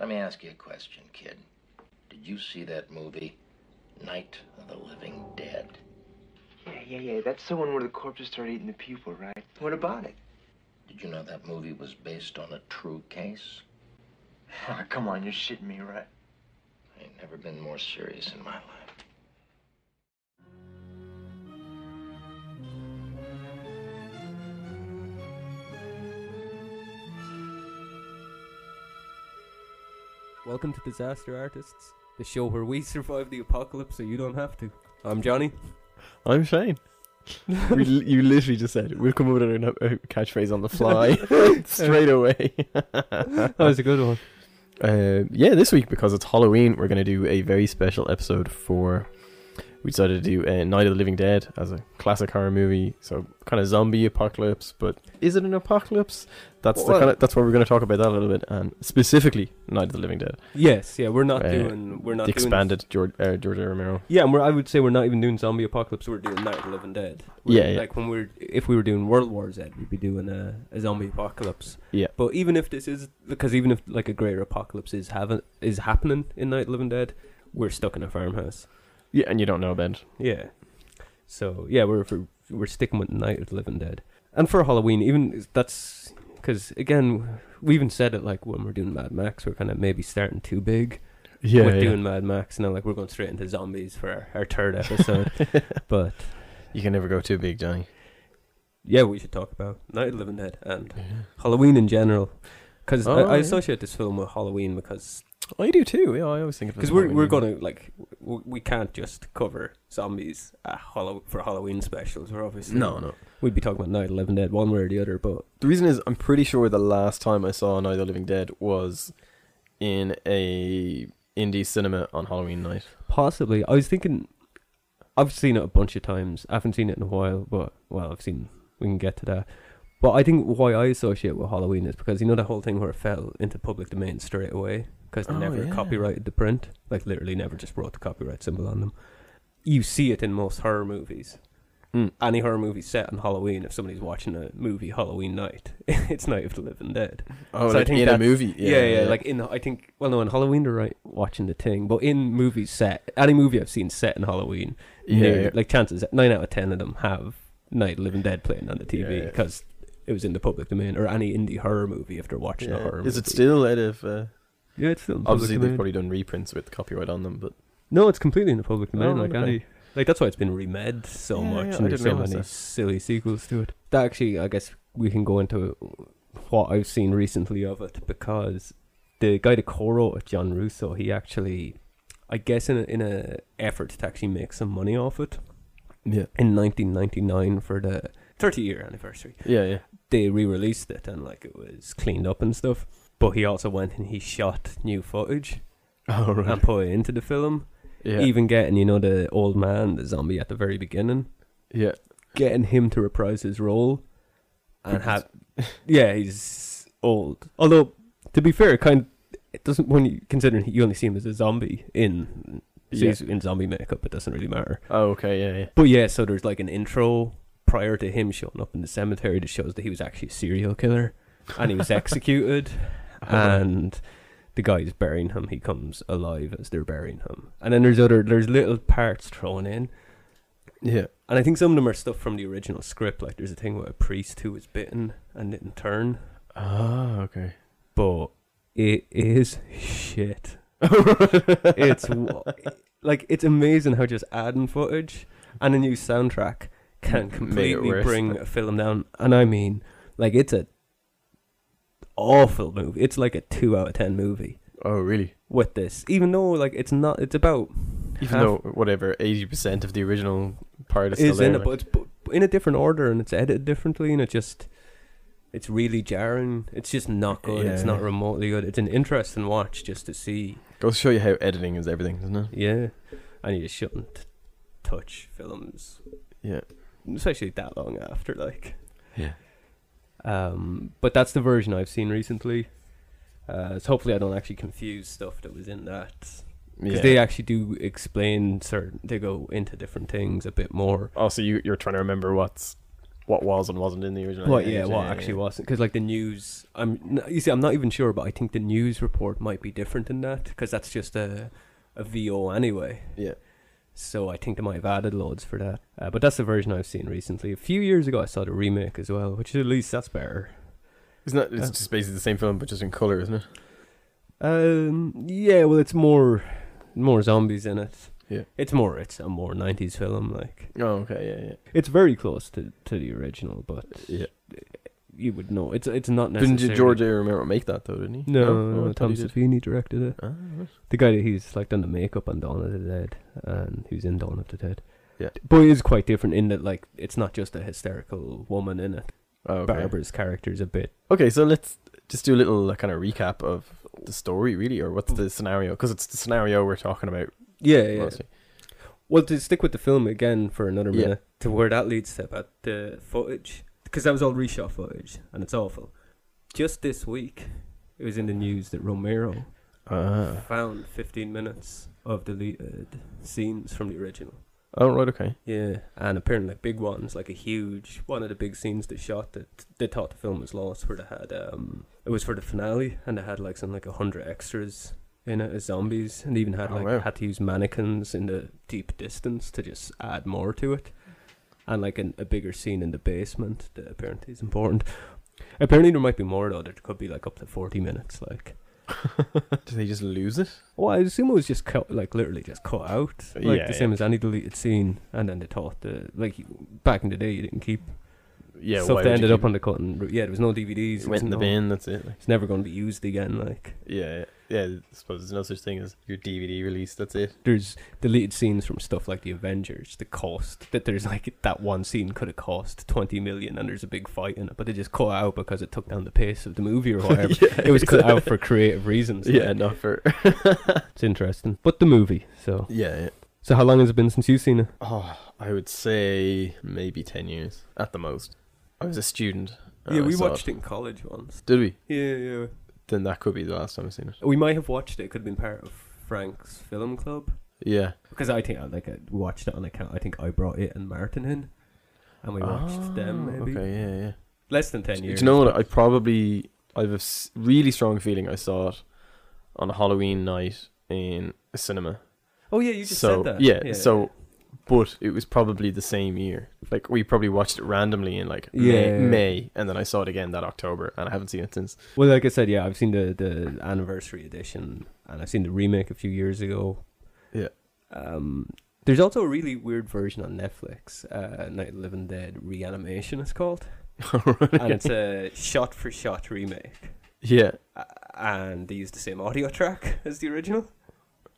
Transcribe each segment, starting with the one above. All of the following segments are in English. Let me ask you a question, kid. Did you see that movie, Night of the Living Dead? Yeah, yeah, yeah. That's the one where the corpses start eating the people, right? What about it? Did you know that movie was based on a true case? Oh, come on, you're shitting me, right? I ain't never been more serious in my life. Welcome to Disaster Artists, the show where we survive the apocalypse so you don't have to. I'm Johnny. I'm Shane. we, li- you literally just said it. we'll come up with a a catchphrase on the fly straight away. That was Oh, a good one. Uh, yeah, this week because it's Halloween, we're going to do a very special episode for. We decided to do uh, Night of the Living Dead as a classic horror movie, so kind of zombie apocalypse. But is it an apocalypse? That's the Well- kind of that's what we're going to talk about that a little bit, and specifically Night of the Living Dead, Yes, yeah, we're not Uh, doing we're not the expanded George uh, George A. Romero. Doing, yeah, and we're, I would say we're not even doing zombie apocalypse. We're doing Night of the Living Dead. We're- Yeah, yeah. Like when we're if we were doing World War Z, we'd be doing a, a zombie apocalypse. Yeah. But even if this is because even if like a greater apocalypse is having is happening in Night of the Living Dead, we're stuck in a farmhouse. Yeah, and you don't know about it. Yeah. So yeah, we're for, we're sticking with Night of the Living Dead, and for Halloween, even that's because again, we even said it like when we're doing Mad Max, we're kind of maybe starting too big Yeah, with yeah. doing Mad Max, and then like we're going straight into zombies for our, our third episode. but you can never go too big, Johnny. yeah, we should talk about Night of the Living Dead and Halloween in general. Because Oh, I, I yeah. associate this film with Halloween because I Oh, do too. Yeah, I always think of it because as we're Halloween we're movie. gonna like w- we can't just cover zombies at Hallow- for Halloween specials. We're obviously no no. We'd be talking about Night of the Living Dead one way or the other, but The reason is I'm pretty sure the last time I saw Night of the Living Dead was in a indie cinema on Halloween night. possibly. I was thinking, I've seen it a bunch of times. I haven't seen it in a while, but well, I've seen. We can get to that. But I think why I associate with Halloween is because you know the whole thing where it fell into public domain straight away because they Oh, never yeah. copyrighted the print, like literally never just wrote the copyright symbol on them. You see it in most horror movies. Mm. Any horror movie set on Halloween, if somebody's watching a movie Halloween night, it's Night of the Living Dead. Oh, So I like think in a that's- movie. Yeah, yeah, like in I think well no in Halloween they're right watching the thing, but in movies set any movie I've seen set in Halloween, yeah, near- yeah. like chances nine out of ten of them have Night of the Living Dead playing on the TV Yeah. because it was in the public domain or any indie horror movie if they're watching a Yeah. horror. Is movie. it still out of? Uh, Yeah, it's still in the public obviously, they've domain. probably done reprints with copyright on them, but No, it's completely in the public domain. Oh, like okay. any, like that's why it's been remade so Yeah, much, yeah, I and there's didn't so realise many that. silly sequels to it. That actually, I guess we can go into what I've seen recently of it because the guy that co-wrote it, John Russo, he actually, I guess, in a, in a effort to actually make some money off it yeah, in 1999 for the 30 year anniversary, yeah, yeah. they re-released it and like it was cleaned up and stuff. But he also went and he shot new footage Oh and put it into the film yeah, even getting you know the old man the zombie at the very beginning yeah. getting him to reprise his role and Because- have yeah he's old although to be fair kind of, it doesn't when you considering you only see him as a zombie in so Yeah. he's in zombie makeup it doesn't really matter Oh, okay, yeah, yeah. but yeah so there's like an intro prior to him showing up in the cemetery that shows that he was actually a serial killer and he was executed Uh-huh. and the guy's burying him. He comes alive as they're burying him. And then there's other there's little parts thrown in, yeah, and I think some of them are stuff from the original script. Like there's a thing where a priest who was bitten and didn't turn, ah, okay. but it is shit. it's It's wa- like it's amazing how just adding footage and a new soundtrack can Make it completely worse. bring a film down. And I mean, like it's a awful movie. It's like a two out of ten movie. oh really? with this, even though like it's not, it's about Even half though whatever eighty percent of the original part is, is still in there, it, but it's bu- in a different order and it's edited differently, and it just it's really jarring. It's just not good. It's Yeah. not remotely good. It's an interesting watch just to see. like, goes to show you how editing is everything, doesn't it? Yeah, and you just shouldn't touch films, Yeah, especially that long after. Like, yeah. um, but that's the version I've seen recently. Uh, so hopefully I don't actually confuse stuff that was in that because yeah. they uh, actually do explain certain. They go into different things a bit more. also, you you're trying to remember what's what was and wasn't in the original. Well, Alien yeah, Age. what actually yeah. wasn't because like the news. I'm n- you see, I'm not even sure, but I think the news report might be different than that because that's just a a VO anyway. Yeah. So I think they might have added loads for that. Uh, but that's the version I've seen recently. A few years ago, I saw the remake as well, which at least that's better. Isn't that, it's Yeah. just basically the same film but just in color, isn't it? Um, yeah, well, it's more more zombies in it. Yeah. It's more. It's a more '90s film. Like Oh, okay, yeah, yeah. it's very close to to the original, but Yeah. you would know it's it's not Didn't necessarily. G- George A. Romero make that though? Didn't he? Oh, No, I no, thought Tom he did. Savini directed it. Ah, right. The guy that he's like done the makeup on Dawn of the Dead, and who's in Dawn of the Dead. Yeah. but it is quite different in that like it's not just a hysterical woman in it. Oh, okay. Barbara's character's a bit. Okay, so let's just do a little uh, kind of recap of the story, really, or what's the scenario? Because it's the scenario we're talking about. Yeah, yeah. mostly. Well, to stick with the film again for another Yeah. minute, to where that leads to about the footage, because that was all reshot footage, and it's awful. Just this week, it was in the news that Romero Ah. found 15 minutes of deleted scenes from the original. Oh, right, okay. Yeah, and apparently like, big ones, like a huge one of the big scenes they shot that they thought the film was lost, where they had um, it was for the finale, and they had like some like a hundred extras in it as zombies, and they even had Oh, like wow. had to use mannequins in the deep distance to just add more to it, and like an, a bigger scene in the basement that apparently is important. Apparently there might be more though. There could be like up to forty minutes. Like, Did they just lose it? well, I assume it was just cut, like literally just cut out, like Yeah, the same as any deleted scene. And then they thought the like back in the day you didn't keep Yeah, stuff why that would ended you up keep on the cutting. route. Yeah, there was no DVDs. it? there was went in the no- bin. That's it. It's never going to be used again. Like Yeah, yeah. I suppose there's no such thing as your DVD release. That's it. there's deleted scenes from stuff like the Avengers. The cost that there's like that one scene could have cost twenty million, and there's a big fight in it, but they just cut out because it took down the pace of the movie or whatever. it was cut out for creative reasons. Yeah, like, not for. it's interesting. But the movie. So, yeah, yeah. so how long has it been since you've seen it? Oh, I would say maybe ten years at the most. I was a student. and I saw it in college once. Did we? Yeah, yeah. Then that could be the last time I've seen it. We might have watched it. It could have been part of Frank's film club. Yeah. because I think I like I watched it on account. I think I brought it and Martin in, and we watched them Ah, maybe Okay. Yeah, yeah. less than ten Do years. you know what? I probably I have a s- really strong feeling I saw it on a Halloween night in a cinema. oh yeah, you just so said that. Yeah, So, but it was probably the same year. Like we probably watched it randomly in like May, Yeah. May, and then I saw it again that October, and I haven't seen it since. well, like I said, yeah, I've seen the the anniversary edition, and I've seen the remake a few years ago. Yeah. Um, there's also a really weird version on Netflix, uh, Night of the Living Dead Reanimation. It's called, and it's a shot for shot remake, Yeah. uh, and they use the same audio track as the original,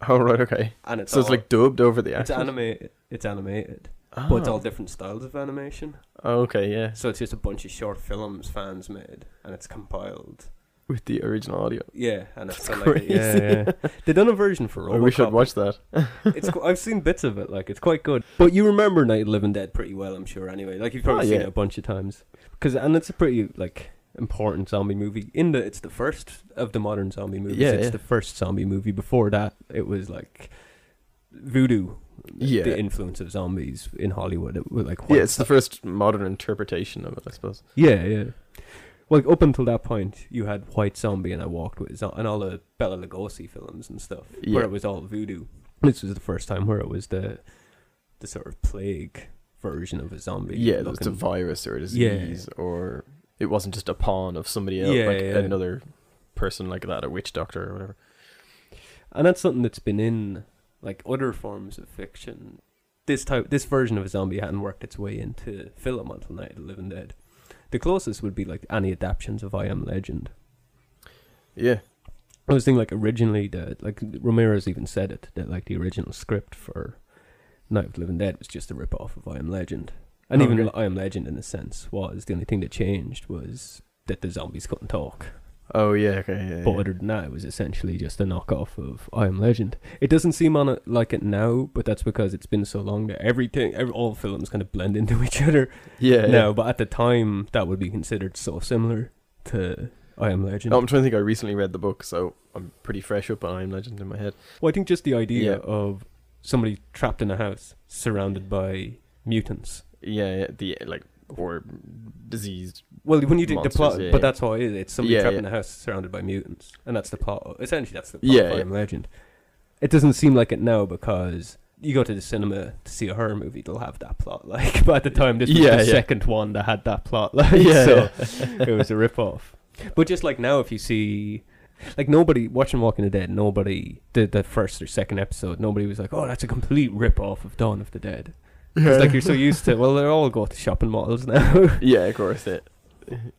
Oh right, okay. and it's so it's all- like dubbed over the Oh. it's actual. animated. It's animated. Ah. but it's all different styles of animation. Oh, okay, yeah, So it's just a bunch of short films fans made, and it's compiled. with the original audio. Yeah, and it's That's done like a- yeah, yeah. they done a version for I wish I'd RoboCop. watched that. It's qu- I've seen bits of it, like it's quite good. But you remember Night of the Living Dead pretty well, I'm sure. Anyway, like you've probably Oh, seen yeah. it a bunch of times, because and it's a pretty like important zombie movie. In that it's the first of the modern zombie movies. Yeah, it's yeah. the first zombie movie. Before that, it was like voodoo. Yeah. the influence of zombies in Hollywood. It was like Yeah, white it's the first modern interpretation of it, I suppose. Yeah, yeah. Well, like, up until that point, you had White Zombie and I Walked With Zo- and all the Bela Lugosi films and stuff, Yeah. where it was all voodoo. This was the first time where it was the the sort of plague version of a zombie. yeah, it's a looking- virus or a Yeah. disease, or it wasn't just a pawn of somebody else, Yeah, like yeah. another person like that, a witch doctor or whatever. and that's something that's been in like other forms of fiction. This type, this version of a zombie hadn't worked its way into film until Night of the Living Dead. The closest would be like any adaptions of I Am Legend. Yeah, I was thinking like originally the like Romero's even said it that like the original script for Night of the Living Dead was just a rip off of I Am Legend, and Oh, even okay. I Am Legend in a sense was the only thing that changed was that the zombies couldn't talk. Oh yeah, okay, yeah. But yeah. other than that, it was essentially just a knockoff of I Am Legend. It doesn't seem on it like it now, but that's because it's been so long that everything, every, all films kind of blend into each other yeah, now. But at the time, that would be considered so similar to I Am Legend. yeah. Oh, I'm trying to think. I recently read the book, so I'm pretty fresh up on I Am Legend in my head. Well, I think just the idea Yeah. of somebody trapped in a house surrounded by mutants. Yeah, yeah the like or diseased. Well, when you do the Monsters, plot, yeah, yeah. but that's all it is. It's somebody Yeah, trapped yeah. in a house surrounded by mutants, and that's the plot. Essentially, that's the plot Yeah, of I yeah. Am Legend. It doesn't seem like it now because you go to the cinema to see a horror movie, they'll have that plot. Like, but at the time, this was Yeah, the yeah. second one that had that plot. Like, Yeah, so it was a rip off. But just like now, if you see, like nobody watching Walking the Dead, nobody did the first or second episode. Nobody was like, "Oh, that's a complete rip off of Dawn of the Dead." It's like you're so used to. Well, they're all going to shopping malls now. yeah, of course. It.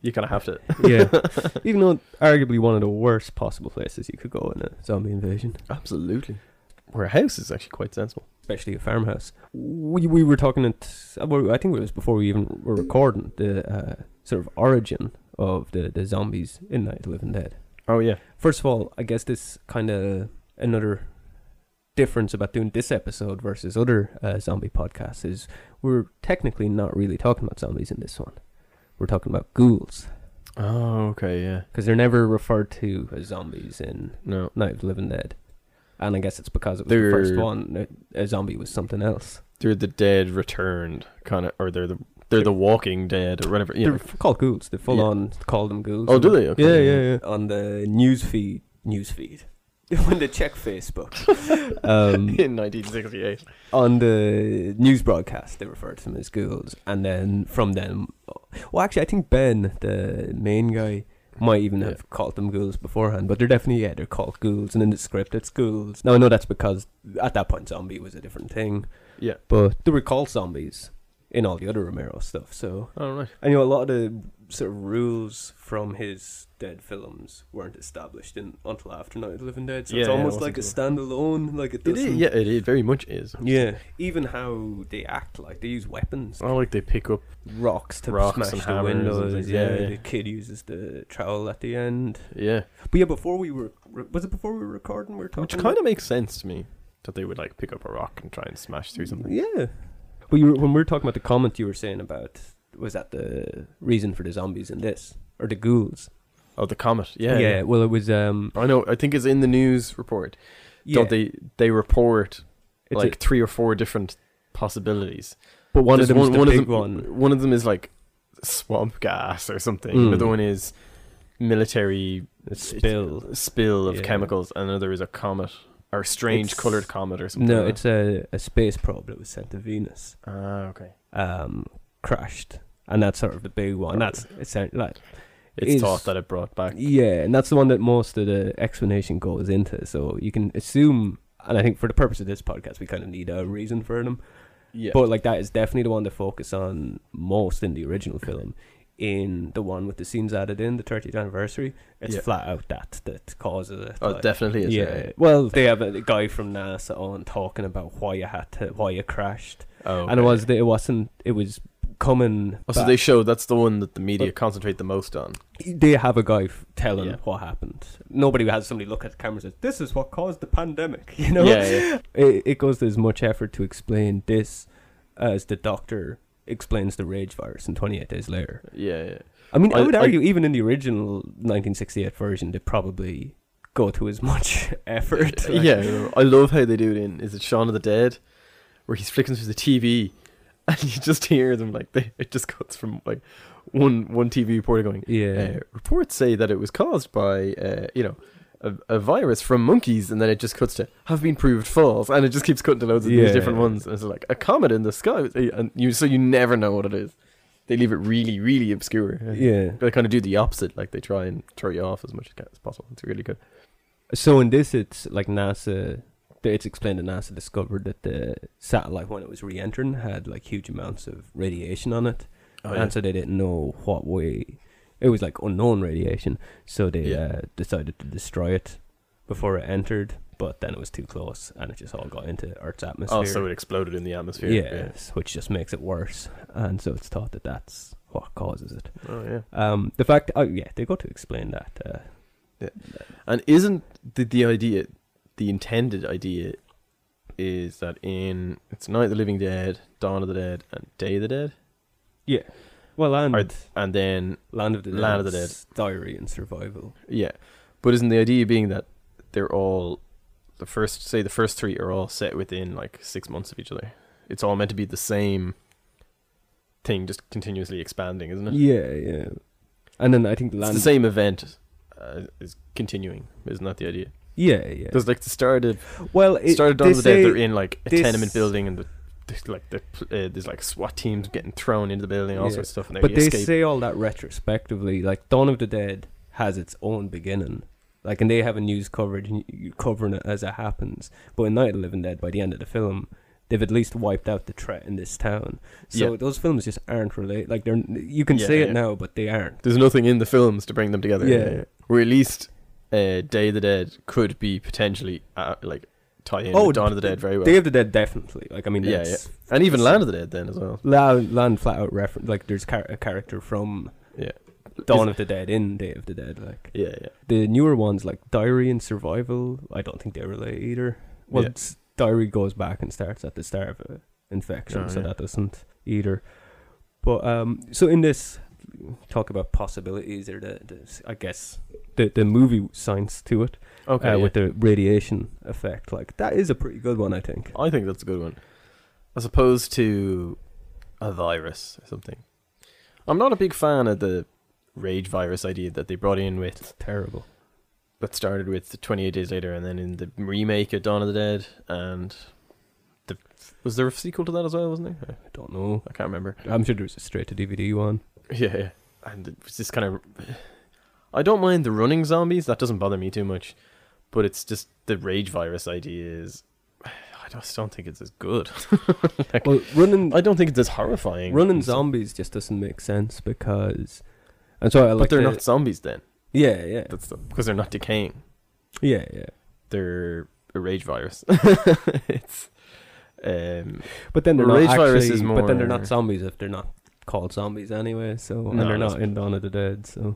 You kind of have to. yeah. Even though arguably one of the worst possible places you could go in a zombie invasion, Absolutely. Where a house is actually quite sensible. especially a farmhouse. We we were talking at well, I think it was before we even were recording the uh, sort of origin of the the zombies in Night of the Living Dead. Oh yeah. First of all, I guess this kind of another difference about doing this episode versus other uh, zombie podcasts is we're technically not really talking about zombies in this one. We're talking about ghouls Oh okay. Yeah. because they're never referred to as zombies in No. Night of the Living Dead. And I guess it's because it was the They're- first one. A a zombie was something else. They're the dead returned kind of, or they're the they're the walking dead or whatever. Yeah. They're f- called ghouls. They full on call them ghouls. Oh, do they? Okay. Yeah, yeah, yeah. On the news feed, news feed. when they check Facebook, um, In 1968. on the news broadcast, they refer to them as ghouls. And then from then, well, actually, I think Ben, the main guy, might even Yeah. have called them ghouls beforehand. But they're definitely yeah, they're called ghouls. And in the script, it's ghouls. Now I know that's because at that point, zombie was a different thing. Yeah. but they were called zombies in all the other Romero stuff. So All Oh, right. I know a lot of the sort of rules from his dead films weren't established in, until after Night of the Living Dead. So it's Yeah, yeah, it almost wasn't like a standalone. Like it It doesn't. is. Yeah. It, it very much is. Yeah. Even how they act, like they use weapons, I like they pick up. rocks to Rocks and smash the hammers and windows. things, Yeah, yeah, yeah. the kid uses the trowel at the end. Yeah. But yeah, before we were was it before we were recording? We were talking. Which kind of makes sense to me that they would like pick up a rock and try and smash through something. Yeah. Well, you were, when we were talking about the comment you were saying about was that the reason for the zombies in this or the ghouls? Oh, the comet. Yeah. Well, it was. Um. I know. I think it's in the news report. Yeah. Don't they? They report It's like a- three or four different possibilities. but one of There's them is the one big of them, one. One of them is like swamp gas or something. Mm. Another one is military A spill. spill of Yeah. chemicals. And another is a comet or strange It's- colored comet or something. No, like it's a, a space probe that was sent to Venus. that. ah okay. Um, crashed, and that's sort of the big one. That's essentially like It's Is- thought that it brought back. Yeah, and that's the one that most of the explanation goes into. So you can assume, and I think for the purpose of this podcast, we kind of need a reason for them. Yeah, But like that is definitely the one to focus on most in the original film. In the one with the scenes added in, the 30th anniversary, it's Yeah. flat out that that causes it. oh, like- it definitely is. yeah. right? Well, they have a guy from NASA on talking about why you had to, why you crashed, Oh, and it okay. was that it wasn't, it was coming. Oh, so back- they show that's the one that the media But- concentrate the most on. they have a guy f- telling Yeah. what happened. Nobody has somebody look at the camera and says, "This is what caused the pandemic." You know, Yeah, yeah. it, it goes to as much effort to explain this as the doctor explains the rage virus in 28 days later. yeah, yeah. I mean, I, I- would I- argue even in the original 1968 version, they probably go to as much effort. like- yeah, I love how they do it in. Is it Shaun of the Dead, where he's flicking through the TV, and you just hear them like they, it just cuts from like one one TV reporter going, yeah. uh, reports say that it was caused by uh, you know a, a virus from monkeys, and then it just cuts to have been proved false, and it just keeps cutting to loads of Yeah. these different ones, and it's like a comet in the sky, and you so you never know what it is. They leave it really, really obscure. yeah. They kind of do the opposite, like they try and throw you off as much as ca- as possible. It's really good. So in this, it's like NASA. th- It's explained that NASA discovered that the satellite, when it was re-entering, had like huge amounts of radiation on it, Oh, and so they didn't know what way. It was like unknown radiation, so they Yeah. uh, decided to destroy it before it entered. But then it was too close, and it just all got into Earth's atmosphere. Oh, so it exploded in the atmosphere. yes, which just makes it worse, and so it's thought that that's what causes it. yeah. Oh, yeah. Um, the fact, oh yeah, they got to explain that. Uh, And isn't the, the idea, the intended idea, is that in it's Night of the Living Dead, Dawn of the Dead, and Day of the Dead, well, and Are- and then Land of the Dead. Land of the Diary and Survival. yeah, but isn't the idea being that they're all the first, say the first three are all set within like six months of each other. It's all meant to be the same thing just continuously expanding, isn't it? Yeah, yeah. And then I think the It's land. the same event uh, is continuing, isn't that the idea? Yeah, yeah. There's like the start of well, it started on they the day say- they're in like a this- tenement building and the there's like the pl- uh, there's like SWAT teams getting thrown into the building, all Yeah. sorts of stuff, and they But they escape. say all that retrospectively. Like Dawn of the Dead has its own beginning, like, and they have a news coverage n- covering it as it happens. But in Night of the Living Dead, by the end of the film, they've at least wiped out the threat in this town. So Yeah. those films just aren't related. Like they're you can Yeah, say yeah. it now, but they aren't. There's nothing in the films to bring them together. Yeah. Or at least uh, Day of the Dead could be potentially uh, like tie in Oh, with Dawn of the Dead very well. Day of the Dead definitely. Like I mean, Yeah, yeah, yeah. and even Land of the Dead then as well. Land, land flat out reference. Like there's char- a character from Yeah. Dawn of the Dead in Day of the Dead. Like Yeah, yeah. the newer ones like Diary and Survival, I don't think they relate either. Well, Yeah. it's- Diary goes back and starts at the start of an infection, Oh, so yeah. that doesn't either. But um, so in this talk about possibilities or the, the I guess the the movie science to it Okay. uh, yeah. with the radiation effect, like that is a pretty good one, I think. I think that's a good one. As opposed to a virus or something. I'm not a big fan of the rage virus idea that they brought in with Terrible. that started with 28 Days Later and then in the remake of Dawn of the Dead and the was there a sequel to that as well, wasn't there? I don't know. I can't remember. I'm sure there's a straight to DVD one. Yeah, yeah. And it was just kind of. I don't mind the running zombies. That doesn't bother me too much. But it's just the rage virus idea is. I just don't think it's as good. Like, Well, running I don't think it's as horrifying. running And so- zombies just doesn't make sense because, and so I like but they're the- not zombies then. Yeah, yeah, That's the, because they're not decaying. yeah, yeah. They're a rage virus. it's. Um, But then they're Well, not rage actually. virus is But then they're more- not zombies if they're not called zombies anyway. So and No, they're that's not in Dawn of the Dead. So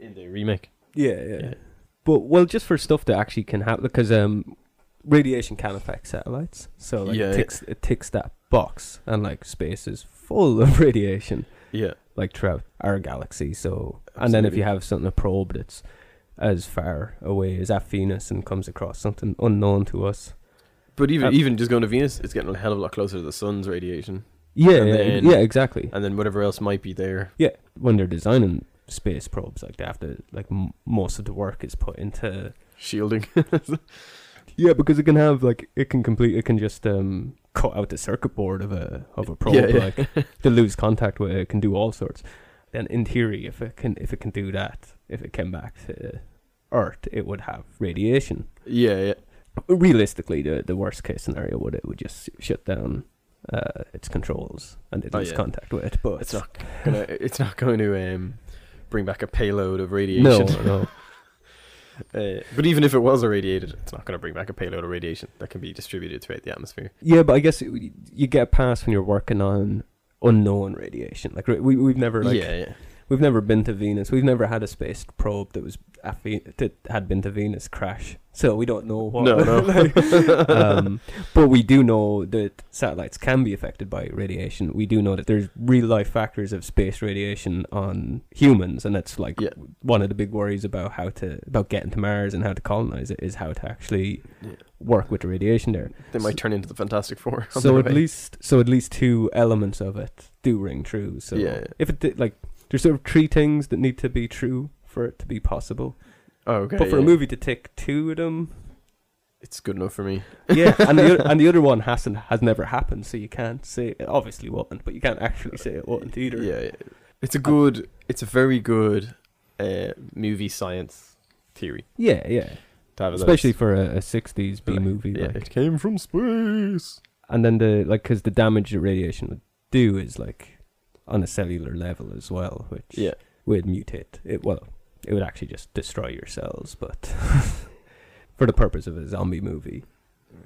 in the remake. yeah, yeah, Yeah. But well, just for stuff that actually can happen, because um, radiation can affect satellites. So like, Yeah, yeah. it ticks it ticks that box, and like space is full of radiation, Yeah. like throughout our galaxy. So and then if Absolutely. you have something a probe that's as far away as that Venus and comes across something unknown to us. But even Um, even just going to Venus, it's getting a hell of a lot closer to the sun's radiation, Yeah, And yeah, then- yeah, exactly. and then whatever else might be there Yeah, when they're designing space probes, like they have to, like m- most of the work is put into. shielding. Yeah, because it can have like it can complete it can just um cut out the circuit board of a of a probe, Yeah, yeah. like to lose contact with it, it can do all sorts. Then in theory, if it can if it can do that, if it came back to Earth, it would have radiation. yeah, yeah. Realistically, the the worst case scenario would it would just shut down uh its controls and it Oh, lose yeah. contact with it. But It's not gonna, uh, it's not going to um, bring back a payload of radiation. no no. Uh, but even if it was irradiated, it's not going to bring back a payload of radiation that can be distributed throughout the atmosphere. Yeah, but I guess it, you get past when you're working on unknown radiation. Like we we've never like yeah, yeah. we've never been to Venus. We've never had a space probe that was at Ve- that had been to Venus crash. So we don't know what. No, no. like, um, but we do know that satellites can be affected by radiation. We do know that there's real life factors of space radiation on humans, and that's like Yeah. one of the big worries about how to about getting to Mars and how to colonize it is how to actually Yeah. work with the radiation there They might turn into the Fantastic Four. on so their at way. least so at least two elements of it do ring true so Yeah, yeah. if it did, like there's sort of three things that need to be true for it to be possible oh, okay, but for a yeah. movie to tick two of them it's good enough for me. yeah and the, oth- and the other one hasn't has never happened so you can't say it obviously wasn't but you can't actually say it wasn't either Yeah, yeah. it's a good, it's a very good uh, movie science theory. yeah yeah To have as a- especially for a, a 60s b Like, movie yeah, like it came from space. and then the like because the damage that radiation would do is like on a cellular level as well which Yeah. would mutate it well it would actually just destroy your cells but for the purpose of a zombie movie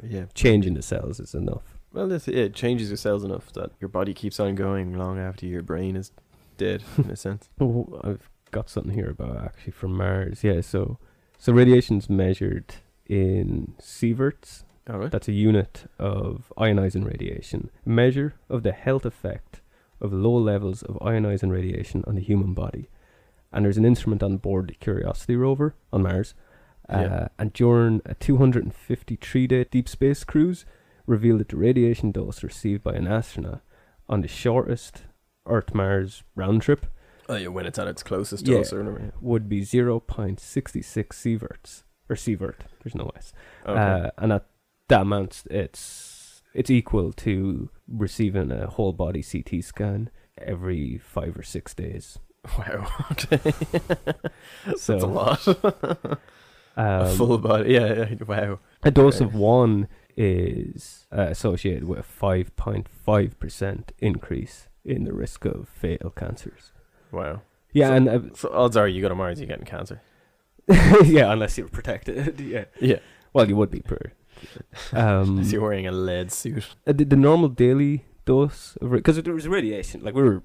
Yeah, changing the cells is enough Well, that's it. it changes your cells enough that your body keeps on going long after your brain is dead, in a sense. oh i've got something here about actually from mars yeah so so radiation's measured in sieverts All right. That's a unit of ionizing radiation, a measure of the health effect of low levels of ionizing radiation on the human body. And there's an instrument on board the Curiosity rover on Mars. Uh, Yeah. And during a 253 day deep space cruise, revealed that the radiation dose received by an astronaut on the shortest Earth Mars round trip Oh yeah, when it's at its closest Yeah. to us or whatever. would be 0.66 sieverts or sievert. There's no S. Okay. Uh, and that, that amounts it's it's equal to receiving a whole body CT scan every five or six days. wow. Okay. So That's a lot. a um, full body. Yeah. yeah, Wow. A dose Okay. of one is uh, associated with a 5.5% increase in the risk of fatal cancers. Wow. Yeah, So- and uh, So odds are you go to Mars, you're getting cancer. yeah, unless you're protected. yeah. Yeah. Well, you would be poor. Um, Unless you're wearing a lead suit. uh, the, the normal daily dose of because there was radiation, like we were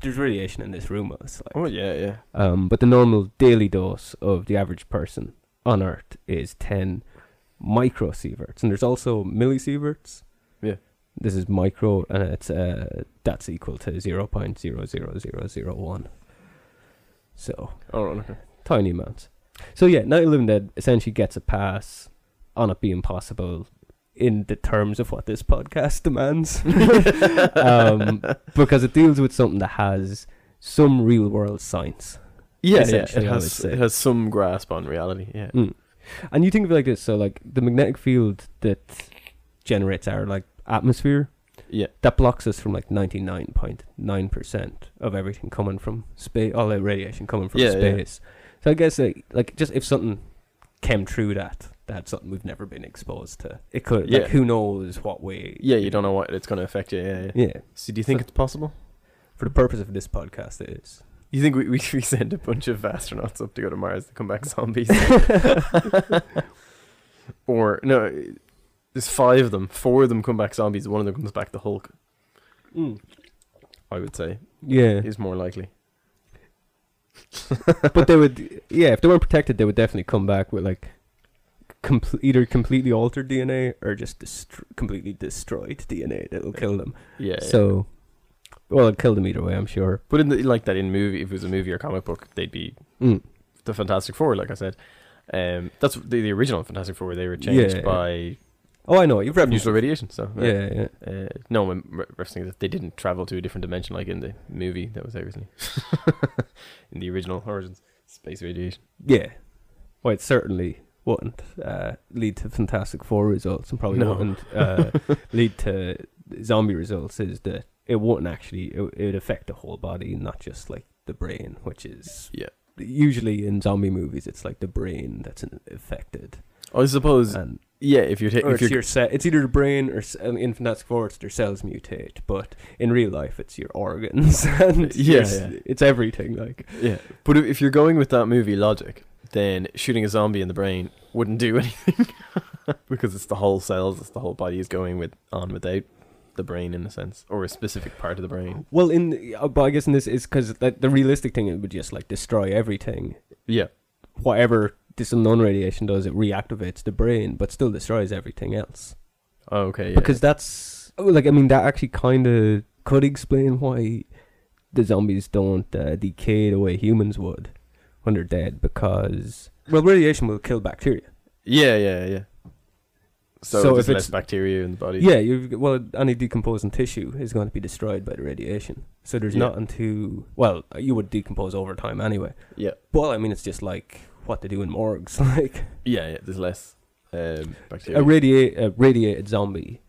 there's radiation in this room. I was like, Oh yeah, yeah. um, but the normal daily dose of the average person on Earth is 10 microsieverts, and there's also millisieverts. Yeah. This is micro, and it's uh, that's equal to 0.00001. So All right. Okay. tiny amounts. So yeah, Night of the Living Dead essentially gets a pass on it being possible in the terms of what this podcast demands, um, because it deals with something that has some real world science. Yeah, yeah. It Essentially, I would has say. it has some grasp on reality. Yeah. Mm. And you think of it like this: so like the magnetic field that generates our like atmosphere, Yeah. that blocks us from like ninety nine point nine percent of everything coming from space, all the radiation coming from Yeah, yeah. space. So I guess like like just if something came through that that something we've never been exposed to, it could Yeah. like who knows what way. Yeah. You don't know what it's going to affect you. Yeah, yeah. Yeah, So do you think it's possible? for the purpose of this podcast, it is. You think we, we, we send a bunch of astronauts up to go to Mars to come back zombies? or, no, there's five of them. Four of them come back zombies. One of them comes back the Hulk, Mm. I would say. Yeah, Is more likely. but they would yeah if they weren't protected they would definitely come back with like comple- either completely altered dna or just destr completely destroyed dna that'll kill them Yeah. yeah. so well it'll kill them either way i'm sure But in the, like that in movie, if it was a movie or comic book, they'd be Mm. the Fantastic Four, like I said. Um, that's the, the original Fantastic Four. They were changed Yeah, yeah. by oh i know you've read usual radiation. So yeah yeah, yeah. Uh, no, I'm re- referencing that they didn't travel to a different dimension like in the movie that was out recently. in the original Origins, space radiation. well it certainly wouldn't uh, lead to fantastic four results and probably No. wouldn't uh, lead to zombie results is that it wouldn't actually it, it would affect the whole body not just like the brain which is Yeah. usually in zombie movies it's like the brain that's in- affected I suppose. and yeah, if you're ta- Uh, or it's if you're your se- it's either the brain or s- um, in Fantastic Four it's their cells mutate but in real life it's your organs and Yeah, your s- yeah. it's everything like yeah, but if, if you're going with that movie logic, then shooting a zombie in the brain wouldn't do anything because it's the whole cells, it's the whole body is going with on without the brain in a sense, or a specific part of the brain. well in uh, but I guess in this is because like, the realistic thing it would just like destroy everything Yeah, whatever this unknown radiation does it reactivates the brain but still destroys everything else oh, okay, yeah. because that's oh, like I mean that actually kind of could explain why the zombies don't uh, decay the way humans would when they're dead because well radiation will kill bacteria yeah, yeah, yeah. So, So there's if less it's- bacteria in the body. Yeah, you well, any decomposing tissue is going to be destroyed by the radiation. So there's Yeah. nothing to well, you would decompose over time anyway. yeah, Well, I mean, it's just like what they do in morgues. like yeah, yeah. There's less um, bacteria. a radiate a radiated zombie,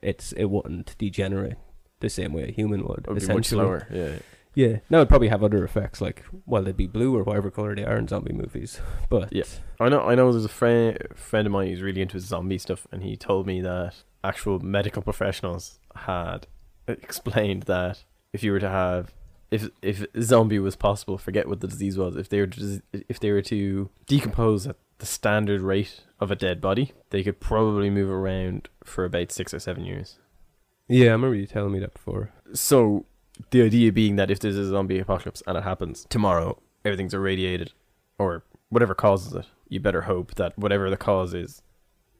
it's it wouldn't degenerate the same way a human would. It would be much essentially. slower. Yeah. Yeah. Now it'd probably have other effects, like well, they'd be blue or whatever color they are in zombie movies. But Yeah. I know. I know. There's a friend friend of mine who's really into zombie stuff, and he told me that actual medical professionals had explained that if you were to have if if zombie was possible, forget what the disease was. If they were to, if they were to decompose at the standard rate of a dead body, they could probably move around for about six or seven years. yeah, I remember you telling me that before. So the idea being that if there's a zombie apocalypse and it happens tomorrow, everything's irradiated or whatever causes it, you better hope that whatever the cause is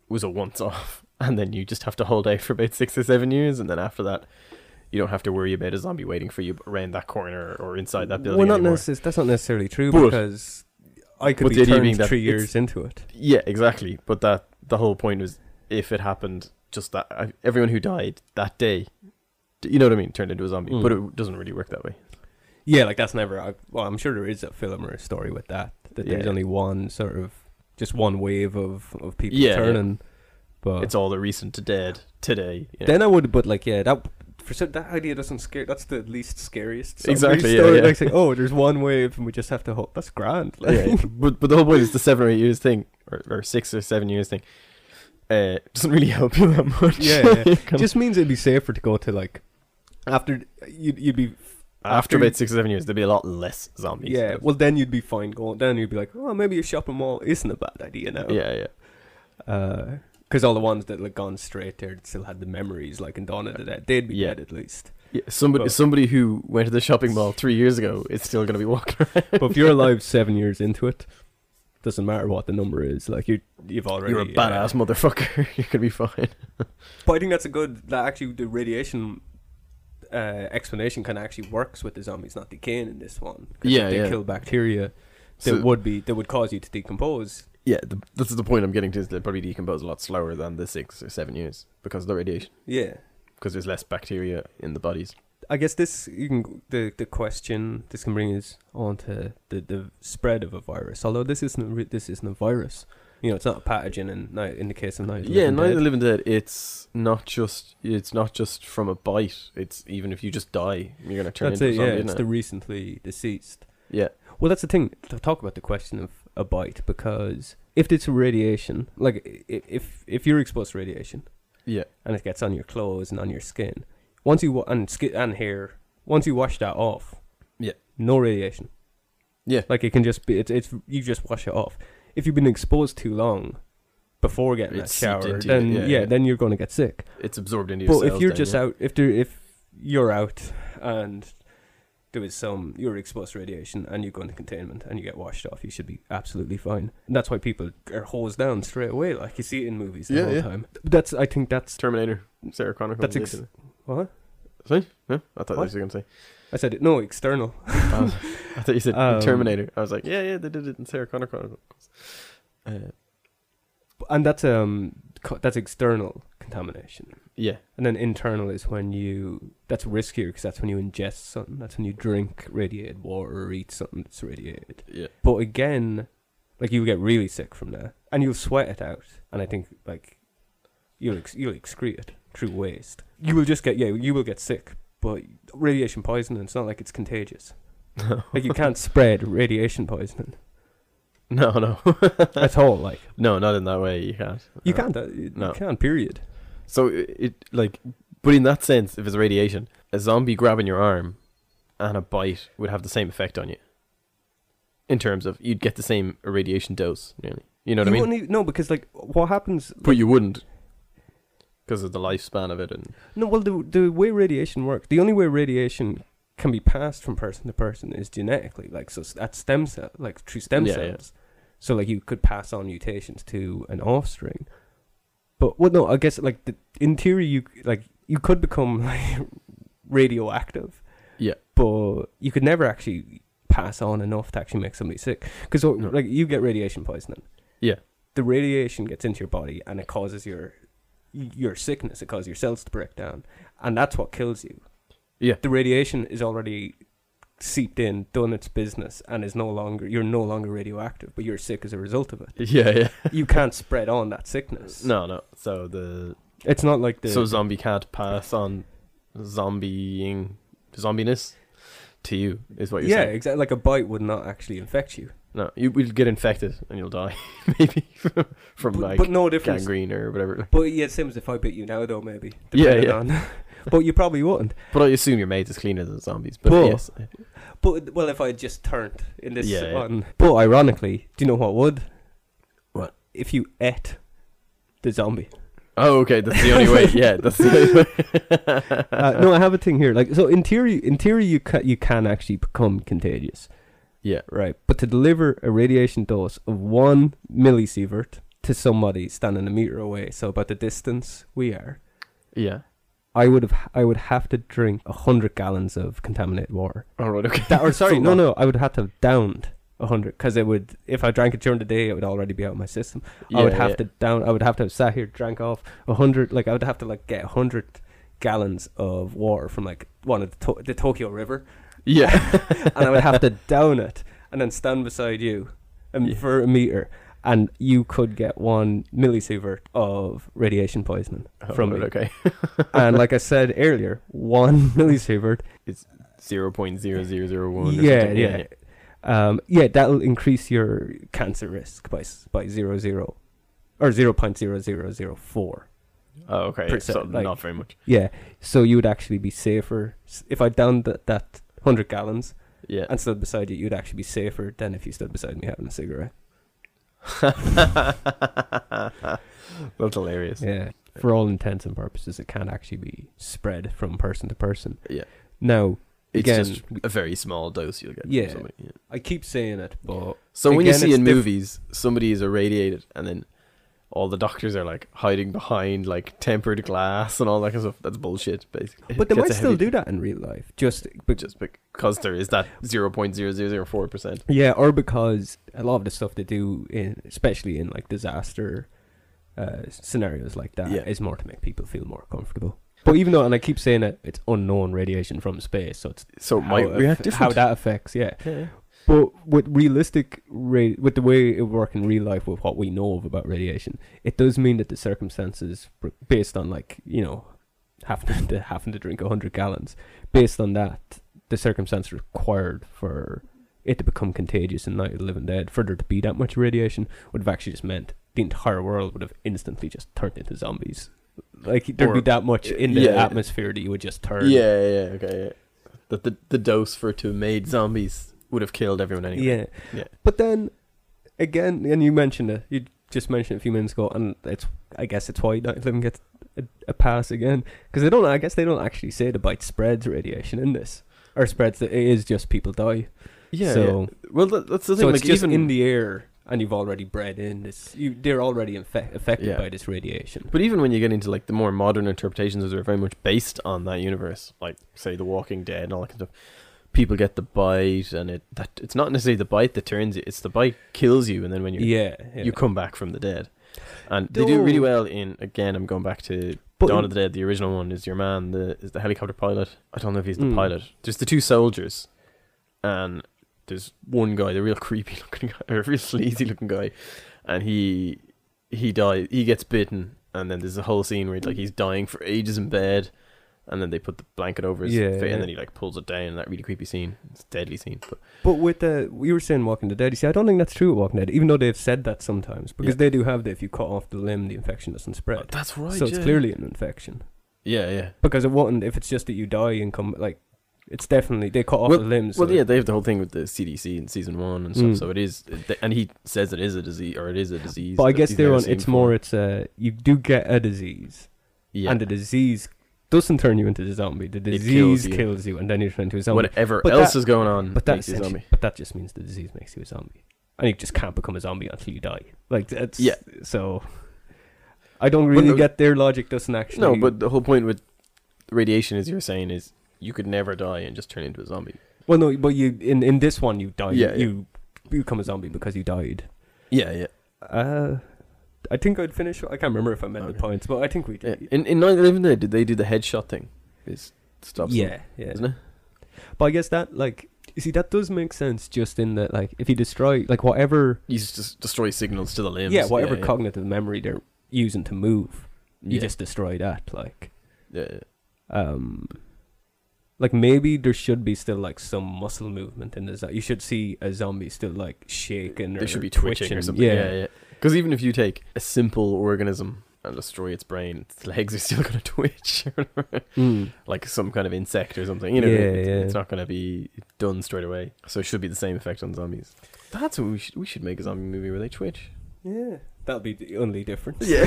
was a once off and then you just have to hold out for about six or seven years and then after that you don't have to worry about a zombie waiting for you around that corner or inside that building. well, not anymore. necess- that's not necessarily true But- because I could but the be idea turned being that three it's- years into it. Yeah, exactly. But that uh, the whole point was if it happened just that everyone who died that day you know what I mean, turned into a zombie. Mm. But it doesn't really work that way. Yeah, like that's never. I, well, I'm sure there is a film or a story with that. That there's Yeah. only one sort of, just one wave of of people Yeah, yeah. turning. But It's all the recent to dead today. you know. then I would, but like yeah, that for so that idea doesn't scare. That's the least scariest. zombie Exactly, yeah, Story. yeah. Like, it's like, oh, there's one wave, and we just have to hope. That's grand. Like, yeah, but but the whole point is the seven or eight years thing, or, or six or seven years thing, uh, doesn't really help you that much. Yeah, yeah. You're kinda- just means it'd be safer to go to like after you'd you'd be after after- about six or seven years, there'd be a lot less zombies. yeah. Well, then you'd be fine going down. You'd be like, oh, maybe a shopping mall isn't a bad idea now. yeah, yeah. because Uh, all the ones that like gone straight there still had the memories, like in Dawn of the Dead, they'd be Yeah. dead at least. yeah. Somebody But- somebody who went to the shopping mall three years ago is still gonna be walking. around. But if you're alive seven years into it, doesn't matter what the number is. Like you, you've already uh, You're a badass motherfucker. You're gonna be fine. But I think that's a good. That actually, the radiation uh, explanation kind of actually works with the zombies not decaying in this one. 'Cause Yeah, they yeah. kill bacteria that So- would be that would cause you to decompose. Yeah, the, this is the point I'm getting to. Is they probably decompose a lot slower than the six or seven years because of the radiation, Yeah. because there's less bacteria in the bodies. I guess this you can the the question this can bring us onto the the spread of a virus. Although this isn't a, re- this isn't a virus, you know, it's not a pathogen. In ni- in the case of Night, of the Yeah, Living Night of the Dead. Living Dead. It's not just it's not just from a bite. It's even if you just die, you're gonna turn That's it. into a Yeah, zombie. it's isn't the it? recently deceased. yeah, Well, that's the thing to talk about the question of a bite because if it's radiation, like i- if if you're exposed to radiation yeah, and it gets on your clothes and on your skin, once you wa- and skin and hair, once you wash that off, yeah, no radiation. yeah. Like it can just be it's, it's you just wash it off. If you've been exposed too long before getting It's that seeped shower, into then you, yeah, yeah, yeah. then you're going to get sick. It's absorbed into your But cells. if you're then, just yeah. out, if there, if you're out and there is some, you're exposed to radiation and you go into containment and you get washed off, you should be absolutely fine. And that's why people are hosed down straight away, like you see it in movies the Yeah, whole yeah. time. That's I think that's Terminator, Sarah Connor. That's comes ex- in. what Sorry, no, I thought What? that was what you were gonna say. I said. It, no, external. Oh, I thought you said Um, Terminator. I was like, yeah, yeah, they did it in Sarah Connor Chronicles. Uh, and that's um co- that's external contamination. yeah, And then internal is when you that's riskier because that's when you ingest something. That's when you drink radiated water or eat something that's radiated. yeah, But again, like you get really sick from that, and you'll sweat it out. And I think like you'll ex- you'll excrete it through waste. You will just get yeah, you will get sick. But radiation poisoning, it's not like it's contagious. like you can't spread radiation poisoning no, no, at all. Like no, not in that way. You can't. you Uh, can't. uh, You No. can't. Period. So it, it like, but in that sense, if it's radiation, a zombie grabbing your arm and a bite would have the same effect on you. In terms of you'd get the same irradiation dose, nearly. You know what you I mean? wouldn't even- no, because like what happens But you wouldn't, because of the lifespan of it. And No, well, the the way radiation works, the only way radiation can be passed from person to person is genetically, like so s- that's stem cell, like through stem Yeah, yeah. cells. So like you could pass on mutations to an offspring, but well, no, I guess like the, in theory you c- like you could become like radioactive, yeah, but you could never actually pass on enough to actually make somebody sick because No. like you get radiation poisoning yeah, the radiation gets into your body and it causes your your sickness. It causes your cells to break down, and that's what kills you. yeah. The radiation is already seeped in, done its business, and is no longer you're no longer radioactive, but you're sick as a result of it. Yeah, yeah. You can't spread on that sickness. No, no. So the, it's not like the so zombie can't pass on zombieing zombiness to you is what you're yeah, saying. exactly. Like a bite would not actually infect you, No, you will get infected and you'll die maybe from but, like but no difference. gangrene or whatever. But yeah, same as if I bit you now, though maybe. Yeah, depending yeah. on- but you probably wouldn't. But I assume your mate is cleaner than zombies. But Well, yes, But well, if I had just turned in this Yeah, yeah. one. But ironically, do you know what would? What? If you ate the zombie. Oh, okay. That's the only way. Yeah, that's the only way. Uh, no, I have a thing here. Like, so in theory, in theory, you can you can actually become contagious, Yeah, right? But to deliver a radiation dose of one millisievert to somebody standing a meter away, so about the distance we are, yeah. I would have I would have to drink hundred gallons of contaminated water. All right. Okay. That, or sorry, So no, long. no, I would have to have downed a hundred because it would. If I drank it during the day, it would already be out of my system. I would Yeah, have yeah. to down. I would have to have sat here, drank off a hundred. Like I would have to like get a hundred gallons of water from like one of the, to- the Tokyo River, Yeah. and I would have to down it and then stand beside you um, Yeah. for a meter, and you could get one millisievert of radiation poisoning from Oh, me. okay. and like I said earlier, one millisievert. Zero point zero zero zero one. yeah, yeah, Um, yeah, that'll increase your cancer risk by s- by zero zero, or zero point zero zero zero four. Oh, okay. Percent, so like- not very much. Yeah, so you would actually be safer s- if I downed that that hundred gallons Yeah. and stood beside you. You'd actually be safer than if you stood beside me having a cigarette. That's hilarious. Yeah, for all intents and purposes, it can't actually be spread from person to person. Yeah. Now, It's again, just a very small dose you'll get. Yeah. From somebody. yeah. I keep saying it, but So when you Again, see it's in diff- movies somebody is irradiated and then all the doctors are like hiding behind like tempered glass and all that kind of stuff, that's bullshit. Basically, but they might still do that in real life. Just but just because there is that zero point zero zero zero four percent. Yeah, or because a lot of the stuff they do, in, especially in like disaster uh, scenarios like that, is Yeah. more to make people feel more comfortable. But even though, and I keep saying it, it's unknown radiation from space, so it's So it how might it aff- react how different. that affects. Yeah, Yeah. but with realistic, ra- with the way it would work in real life, with what we know of about radiation, it does mean that the circumstances, br- based on like you know, having to having to drink hundred gallons, based on that, the circumstance required for it to become contagious in Night of the Living Dead, for there to be that much radiation, would have actually just meant the entire world would have instantly just turned into zombies. Like there'd Or- be that much in the yeah. atmosphere that you would just turn. Yeah, yeah, okay. Yeah. That the the dose for it to have made zombies would have killed everyone anyway. Yeah. Yeah. But then again, and you mentioned it, you just mentioned it a few minutes ago, and it's I guess it's why Night of the Living gets a, a pass again because they don't. I guess they don't actually say the bite spreads radiation in this or spreads. that It is just people die. So well, that, that's the thing. so like it's just even in the air, and you've already bred in this. You they're already infec- affected Yeah. by this radiation. But even when you get into like the more modern interpretations, which are very much based on that universe, like say The Walking Dead and all that kind of stuff, people get the bite, and it that it's not necessarily the bite that turns you; it's the bite kills you, and then when you Yeah, yeah. you come back from the dead, and they do it really well in again. I'm going back to But Dawn in- of the Dead. The original one is your man, the is the helicopter pilot. I don't know if he's the Mm. pilot. There's the two soldiers, and there's one guy, the real creepy looking guy, or real sleazy looking guy, and he he dies. He gets bitten, and then there's a whole scene where like he's dying for ages in bed, and then they put the blanket over his Yeah, face, yeah. and then he like pulls it down. And that really creepy scene. It's a deadly scene, but But with the you were saying Walking the Dead, you see, I don't think that's true. At Walking Dead, even though they've said that sometimes, because Yeah. they do have that. If you cut off the limb, the infection doesn't spread. that's right. so it's clearly an infection yeah, yeah. because it won't. If it's just that you die and come like, it's definitely they cut off the limbs. so Well, yeah, that- they have the whole thing with the CDC in season one and stuff. Mm. So it is, th- and he says it is a disease or it is a disease. but I that guess he's they're never on. seen It's before. more. It's a you do get a disease, yeah. and the disease doesn't turn you into the zombie. The kills disease you. kills you, and then you turn into a zombie. whatever but else that- is going on. but that makes you a essentially- zombie. but that just means the disease makes you a zombie, and you just can't become a zombie until you die. Like that's Yeah. So I don't Well, really no- get their logic. Doesn't actually No, but the whole point with radiation, as you're saying, is you could never die and just turn into a zombie. well, no, but you in in this one you die. Yeah, yeah. you you become a zombie because you died. Yeah, yeah. Uh, I think I'd finish. I can't remember if I meant Okay. the points, but I think we did. In in Night of the Living Dead, did they do the headshot thing? Is stops. them, yeah, yeah. isn't it? But I guess that like you see that does make sense just in that like if you destroy like whatever You just destroy signals to the limbs. yeah whatever yeah, cognitive memory they're using to move, you Yeah. just destroy that like Yeah, yeah. um. Like maybe there should be still like some muscle movement in this. You should see a zombie still like shaking. they or should be twitching, or something. Yeah, yeah. Because even if you take a simple organism and destroy its brain, its legs are still going to twitch, Mm. like some kind of insect or something. You know, Yeah, it's, yeah. it's not going to be done straight away. So it should be the same effect on zombies. That's what we should. We should make a zombie movie where they twitch. Yeah, that'll be the only difference. Yeah.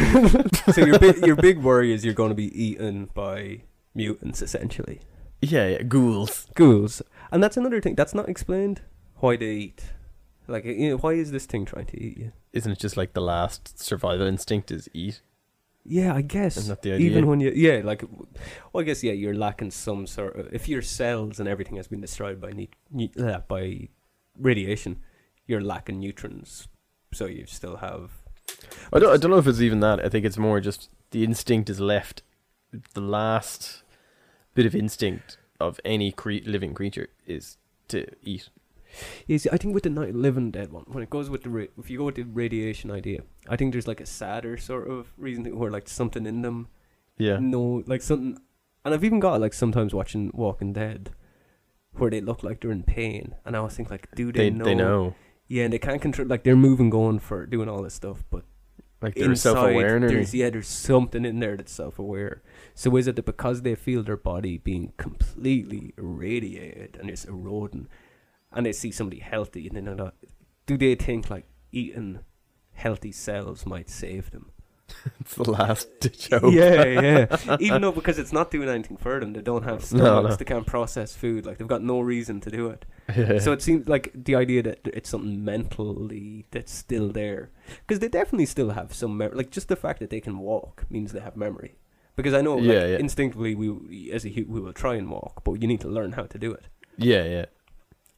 so your big, your big worry is you're going to be eaten by mutants essentially, yeah, yeah. Ghouls. ghouls, and that's another thing that's not explained why they eat. Like, you know, why is this thing trying to eat you? Isn't it just like the last survival instinct is eat? Yeah, I guess. Isn't that the idea? Even when you, yeah, like, w- well, I guess yeah, you're lacking some sort of. If your cells and everything has been destroyed by ne- ne- uh, by radiation, you're lacking neutrons, so you still have. I don't. I don't know if it's even that. I think it's more just the instinct is left. The last bit of instinct of any cre- living creature is to eat. You see, I think with the night living dead one, when it goes with the ra- if you go with the radiation idea, I think there's like a sadder sort of reason where like something in them, Yeah. no, like something, and I've even got like sometimes watching Walking Dead, where they look like they're in pain, and I always think like, do they, They, know? they know. Yeah, and they can't control like they're moving, going for doing all this stuff, but Like they're inside, self aware. there's yeah, there's something in there that's self-aware. So is it that because they feel their body being completely irradiated and it's eroding, and they see somebody healthy and they're not, do they think like eating healthy cells might save them? It's the last ditch hope. Yeah, yeah. Even though because it's not doing anything for them, they don't have No, stomachs, no. they can't process food, like they've got no reason to do it. Yeah. So it seems like the idea that it's something mentally that's still there, because they definitely still have some memory. Like just the fact that they can walk means they have memory. Because I know, like, Yeah, yeah. instinctively, we as a hu- we will try and walk, but you need to learn how to do it. yeah, yeah.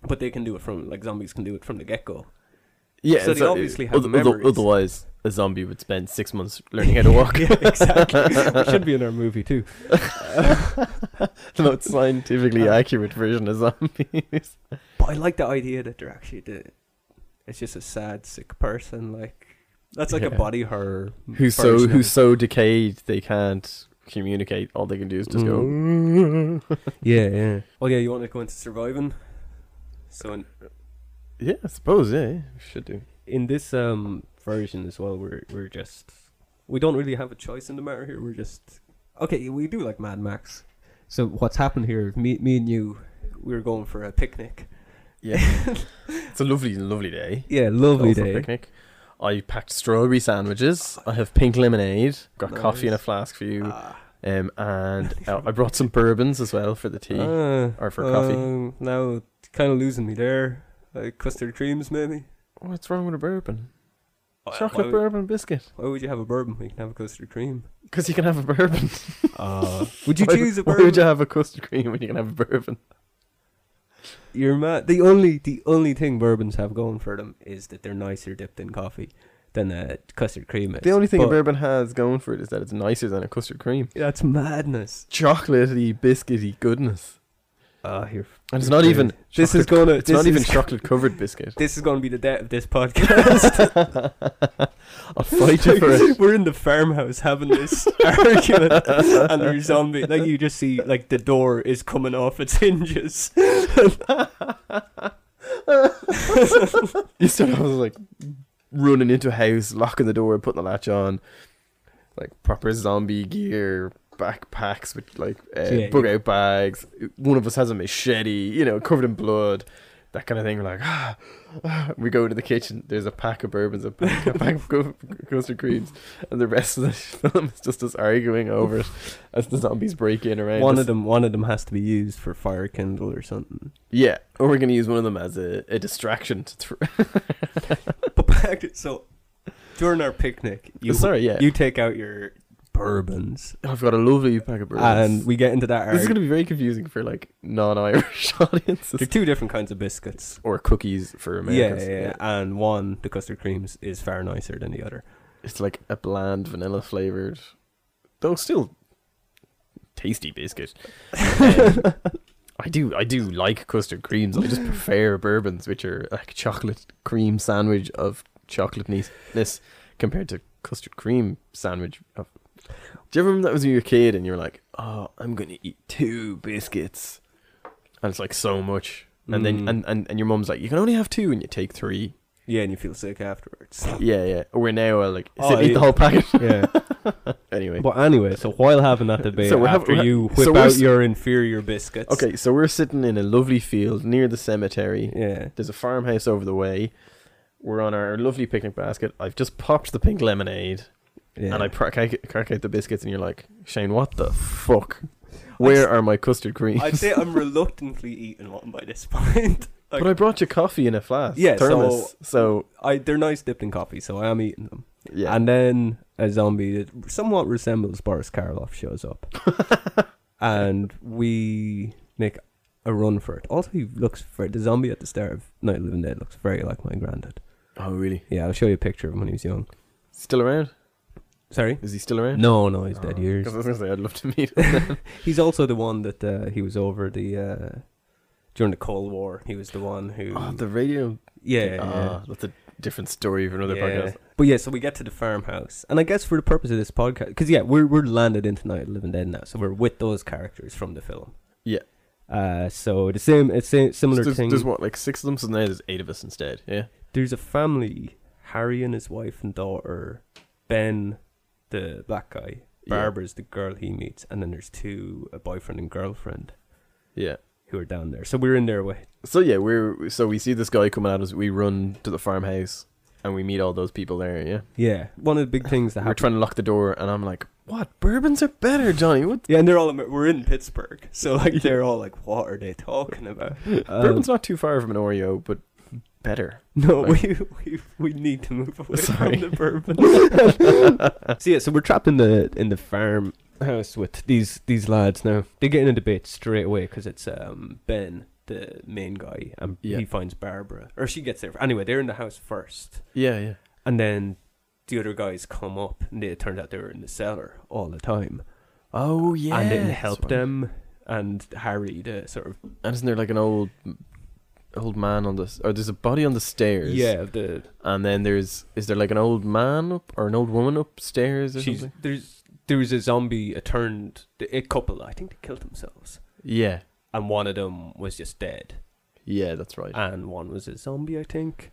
But they can do it from like zombies can do it from the get go. Yeah, So it's they like- obviously have oth- oth- memories. Otherwise, a zombie would spend six months learning how to walk. yeah, exactly. it should be in our movie too. the most scientifically Uh, accurate version of zombies. But I like the idea that they're actually the. It's just a sad, sick person. Like that's like Yeah. a body horror. Who's version so of who's it. so decayed they can't communicate. All they can do is just go. Yeah, yeah. Oh yeah, you want to go into surviving? So in, yeah, I suppose. Yeah, yeah, we should do. in this um version as well, we're we're just we don't really have a choice in the matter here. We're just okay. We do like Mad Max. So what's happened here? Me, me and you, we were going for a picnic. Yeah, it's a lovely, lovely day. Yeah, lovely Go for a day. Picnic. I packed strawberry sandwiches. I have pink lemonade. Got coffee in a Nice. flask for you. Ah. Um, and uh, I brought some bourbons as well for the tea. Ah, or for coffee. um, now, kind of losing me there. Like custard creams, maybe. What's wrong with a bourbon? Why- Chocolate why, would- bourbon biscuit. Why would you have a bourbon when you can have a custard cream? Because you can have a bourbon. Uh, would you Why- choose a why bourbon? would you have a custard cream when you can have a bourbon? You're mad. The only the only thing bourbons have going for them is that they're nicer dipped in coffee than uh, custard cream is. The only thing a But bourbon has going for it is that it's nicer than a custard cream. that's madness. Chocolatey, biscuity goodness. Ah, here. And it's not Yeah. even. This is chocolate- gonna. It's Uh, this not even is- chocolate covered biscuit. This is going to be the death of this podcast. I'll fight you for it. We're in the farmhouse having this argument, and your zombie, like you just see, like the door is coming off its hinges. You start off as, like running into a house, locking the door, putting the latch on, like proper zombie gear, backpacks with like uh, Yeah, bug yeah. out bags. One of us has a machete, you know, covered in blood, that kind of thing. We're like, ah, ah." we go to the kitchen. There's a pack of bourbons, a pack, a pack of co- custard creams, and the rest of the film is just us arguing over it as the zombies break in around. one us. of them, one of them has to be used for fire kindle or something. yeah, or we're gonna use one of them as a, a distraction. To th- But back to, so during our picnic, you Sorry, yeah, you take out your bourbons, I've got a lovely pack of bourbons. and we get into that. This is arg- going to be very confusing for like non-Irish They're audiences two different kinds of biscuits. or cookies for Yeah, Americans. yeah, yeah, and one the custard creams is far nicer than the other. It's like a bland vanilla flavored, though still tasty biscuit. Um, I do, I do like custard creams. I just prefer bourbons, which are like chocolate cream sandwich of chocolateness compared to custard cream sandwich of. Do you ever remember that was when you were a kid and you were like, "Oh, I'm gonna eat two biscuits," and it's like so much. And then Mm. and, and, and your mum's like, you can only have two, and you take three. Yeah, and you feel sick afterwards. Yeah, yeah. Or now, uh, like, Oh, eat yeah. the whole packet. yeah. anyway, But anyway, so while having that debate, So we're hav- after we're ha- you whip so we're out s- your inferior biscuits. Okay, so we're sitting in a lovely field near the cemetery. Yeah. There's a farmhouse over the way. We're on our lovely picnic basket. I've just popped the pink lemonade, yeah. and I pra- crack, crack out the biscuits, and you're like, Shane, what the fuck? Where are my custard creams? I'd say I'm reluctantly eating one by this point. Like, but I brought you coffee in a flask. Yeah, so- thermos. So, I they're nice dipped in coffee, so I am eating them. yeah, And then a zombie that somewhat resembles Boris Karloff shows up. and we make a run for it. Also, he looks very, the zombie at the start of Night of the Living Dead looks very like my granddad. oh really? Yeah, I'll show you a picture of him when he was young. Still around? Sorry. Is he still around? Ah, No, no, he's dead years. 'Cause I was gonna say I'd love to meet him. He's also the one that uh, he was over the uh, during the Cold War. He was the one who, oh, the radio. yeah, yeah. Ah, that's a different story for another Yeah. podcast. But yeah, so we get to the farmhouse, and I guess for the purpose of this podcast, because yeah, we're we're landed into Night of the Living Dead now, so we're with those characters from the film. Yeah. Uh, so the same, it's a similar there's, thing. there's what like six of them, so now there's eight of us instead. Yeah. there's a family, Harry and his wife and daughter, Ben, the black guy, Yeah. Barbara's the girl he meets, and then there's two, a boyfriend and girlfriend, Yeah. who are down there. So we're in their way. So yeah, we're so we see this guy coming at us. We run to the farmhouse and we meet all those people there. Yeah. Yeah, one of the big things that We're happened. trying to lock the door, and I'm like, "What? Bourbons are better, Johnny. What? yeah, and they're all Amer- we're in Pittsburgh, so like they're all like, what are they talking about? Um, Bourbon's not too far from an Oreo, but better." No, Like- we, we we need to move away Sorry. from the bourbon. so yeah, so we're trapped in the in the farm house with these these lads now. They get in a debate straight away because it's um Ben, the main guy, and Yeah. he finds Barbara, or she gets there anyway. They're in the house first, Yeah, yeah. and then the other guys come up, and it turns out they were in the cellar all the time, Oh yeah. and didn't that's help what- them. And Harry, the sort of And isn't there like an old, old man on this? Or there's a body on the stairs. yeah, the And then there's is there like an old man up or an old woman upstairs or she's something? there's there was a zombie, a turned a couple. I think they killed themselves. Yeah. and one of them was just dead, Yeah, that's right. and one was a zombie, I think.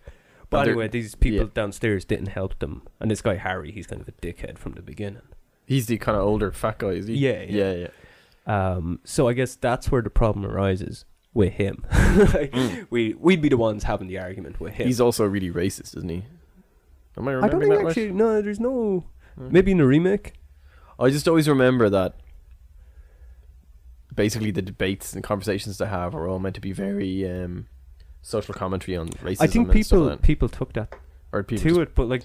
But And they're- anyway, these people yeah. downstairs didn't help them, and this guy Harry, he's kind of a dickhead from the beginning. He's the kind of older fat guy, is he? Yeah, yeah. yeah. Um, so I guess that's where the problem arises with him. like, We we'd be the ones having the argument with him. Hmm. He's also really racist, isn't he? Am I I don't remembering think that actually. right? No, there's no. Mm. Maybe in the remake. I just always remember that basically the debates and conversations they have are all meant to be very um, social commentary on racism. I think and stuff people like that. people took that or people to just- it, but like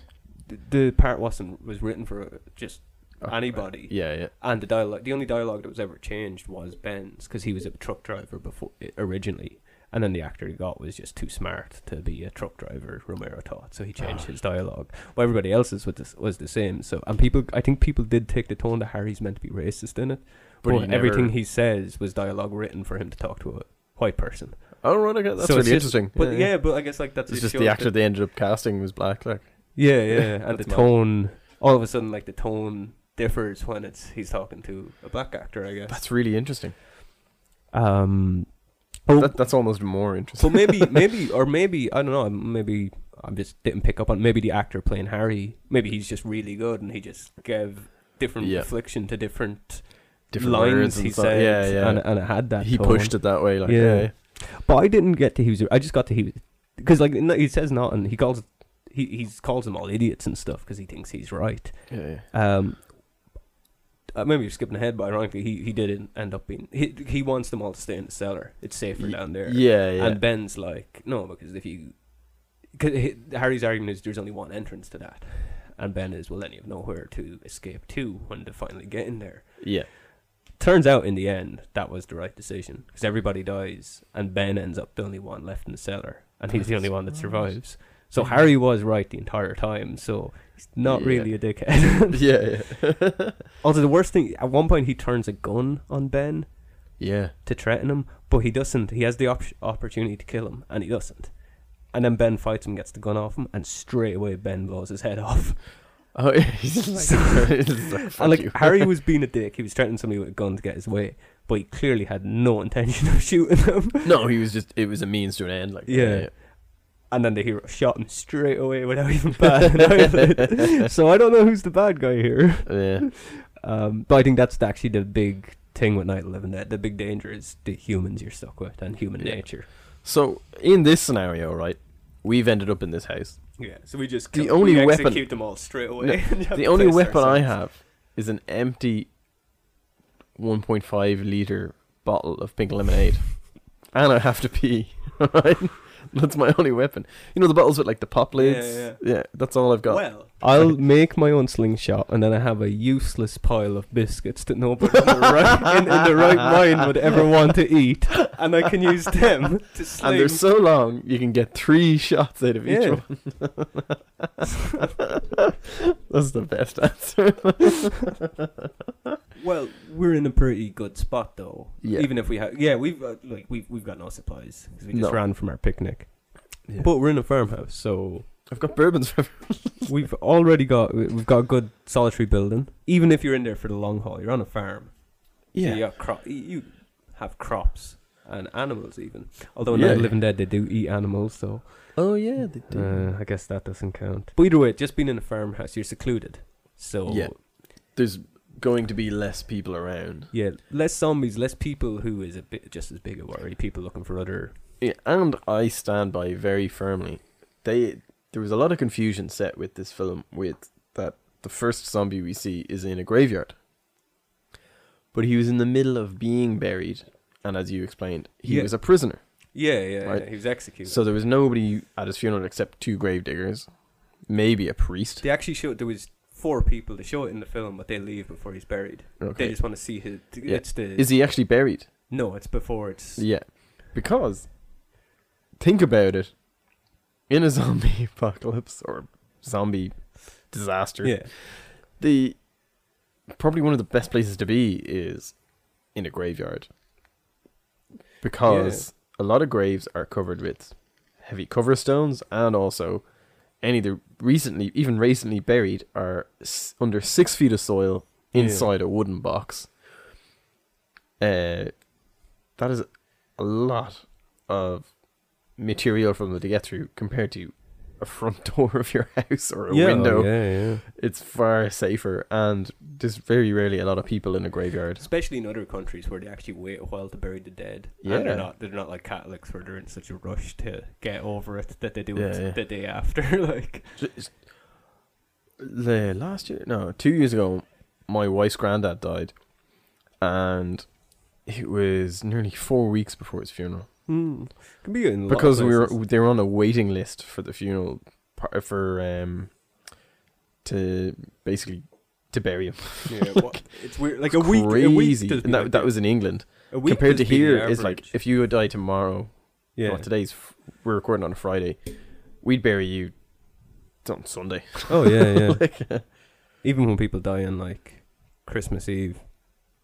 th- the part wasn't was written for uh, just Oh, anybody. Yeah, yeah. and the dialogue the only dialogue that was ever changed was ben's because he was a truck driver before originally and then the actor he got was just too smart to be a truck driver romero thought so he changed Ah. his dialogue well everybody else's was the, was the same so and people i think people did take the tone that harry's meant to be racist in it But but, he never- everything he says was dialogue written for him to talk to a white person Oh, right, okay. That's So it's really just- interesting. but yeah, but i guess like that's It's it just shows the actor they ended up casting was black, like. yeah yeah and That's the mad. tone all of a sudden like the tone differs when it's he's talking to a black actor i guess That's really interesting. um oh, That, that's almost more interesting. So maybe, maybe, or maybe I don't know. Maybe I just didn't pick up on. Maybe the actor playing Harry, maybe he's just really good, and he just gave different Yeah. reflection to different, Different lines words he and stuff. said. Yeah, yeah. And, and it had that. he tone. pushed it that way, like. Yeah. Yeah. but I didn't get to he was. I just got to he was because like no, he says nothing. He calls he he's calls them all idiots and stuff because he thinks he's right. Yeah. yeah. Um, uh, maybe you're skipping ahead, but ironically, he he didn't end up being. He he wants them all to stay in the cellar. It's safer Y- down there. Yeah, yeah. And Ben's like, no, because if you, cause hi- Harry's argument is there's only one entrance to that, and Ben is well, then you have nowhere to escape to when they finally get in there. yeah. Turns out in the end that was the right decision because everybody dies and Ben ends up the only one left in the cellar, and he's the only one that survives. So Harry was right the entire time. So he's not Yeah. really a dickhead. Yeah, yeah. also, the worst thing at one point he turns a gun on Ben yeah. to threaten him, but he doesn't. He has the op- opportunity to kill him, and he doesn't. And then Ben fights him, gets the gun off him, and straight away Ben blows his head off. Oh, he's just like, he's just like, "Fuck and like you." Harry was being a dick, he was threatening somebody with a gun to get his way, but he clearly had no intention of shooting him. No, he was just. It was a means to an end. Like. Yeah. And then the hero shot him straight away without even batting an eyelid. So I don't know who's the bad guy here. Yeah. yeah. Um, but I think that's actually the big thing with Night of the Living Dead. The big danger is the humans you're stuck with and human Yeah. nature. So in this scenario, right, we've ended up in this house. Yeah, so we just The kill- only we weapon- execute execute them all straight No, away. the only weapon I have is an empty 1.5 liter bottle of pink lemonade, and I have to pee. Right? That's my only weapon. You know the bottles with like the pop Yeah, lids. that's all I've got. Well, I'll make my own slingshot, and then I have a useless pile of biscuits that nobody in the right, in, in the right mind would ever want to eat, and I can use them to sling. and they're so long, you can get three shots out of each Yeah. one. That's the best answer. well, we're in a pretty good spot though. Yeah. Even if we have, yeah, we've uh, like we've we've got no supplies because we just No. ran from our picnic. Yeah. But we're in a farmhouse, so I've got bourbons for we've already got we- we've got a good solitary building. Even if you're in there for the long haul, you're on a farm. So you, got cro- you- you have crops and animals even. Although in Yeah. Night of the Living Dead they do eat animals, so Oh yeah, they do. uh, I guess that doesn't count. But either way, just being in a farmhouse, you're secluded. So Yeah. There's going to be less people around. yeah, less zombies, less people who is a bit just as big a worry. People looking for other Yeah, and I stand by very firmly. They there was a lot of confusion set with this film with that the first zombie we see is in a graveyard. But he was in the middle of being buried, and as you explained, he Yeah. was a prisoner. Yeah, yeah, Right. yeah, he was executed. So there was nobody at his funeral except two gravediggers, maybe a priest. they actually showed there was four people. They show it in the film, but they leave before he's buried. They Okay. just want to see his. Yeah. It's the Is he actually buried? no, it's before it's Yeah. Because think about it. In a zombie apocalypse or zombie disaster, yeah, the probably one of the best places to be is in a graveyard. Because a lot of graves are covered with heavy cover stones and also any that recently even recently buried are s- under 6 feet of soil inside a wooden box. Uh that is a lot of material for them to get through compared to a front door of your house or a window yeah, yeah. it's far safer and there's very rarely a lot of people in a graveyard. Especially in other countries where they actually wait a while to bury the dead. and Yeah. they're not they're not like Catholics where they're in such a rush to get over it that they do it Yeah, yeah. the day after. like The last year, no, two years ago, my wife's granddad died, and it was nearly four weeks before his funeral can Hmm. be in because we were they were on a waiting list for the funeral par- for um to basically to bury him. yeah, what, it's weird. Like a week, a week Crazy. does be and that like that was in England a week compared to does be the here. It's average. like if you would die tomorrow, yeah. Well, today's f- we're recording on a Friday. We'd bury you on Sunday. Oh yeah, yeah. Even when people die on like Christmas Eve,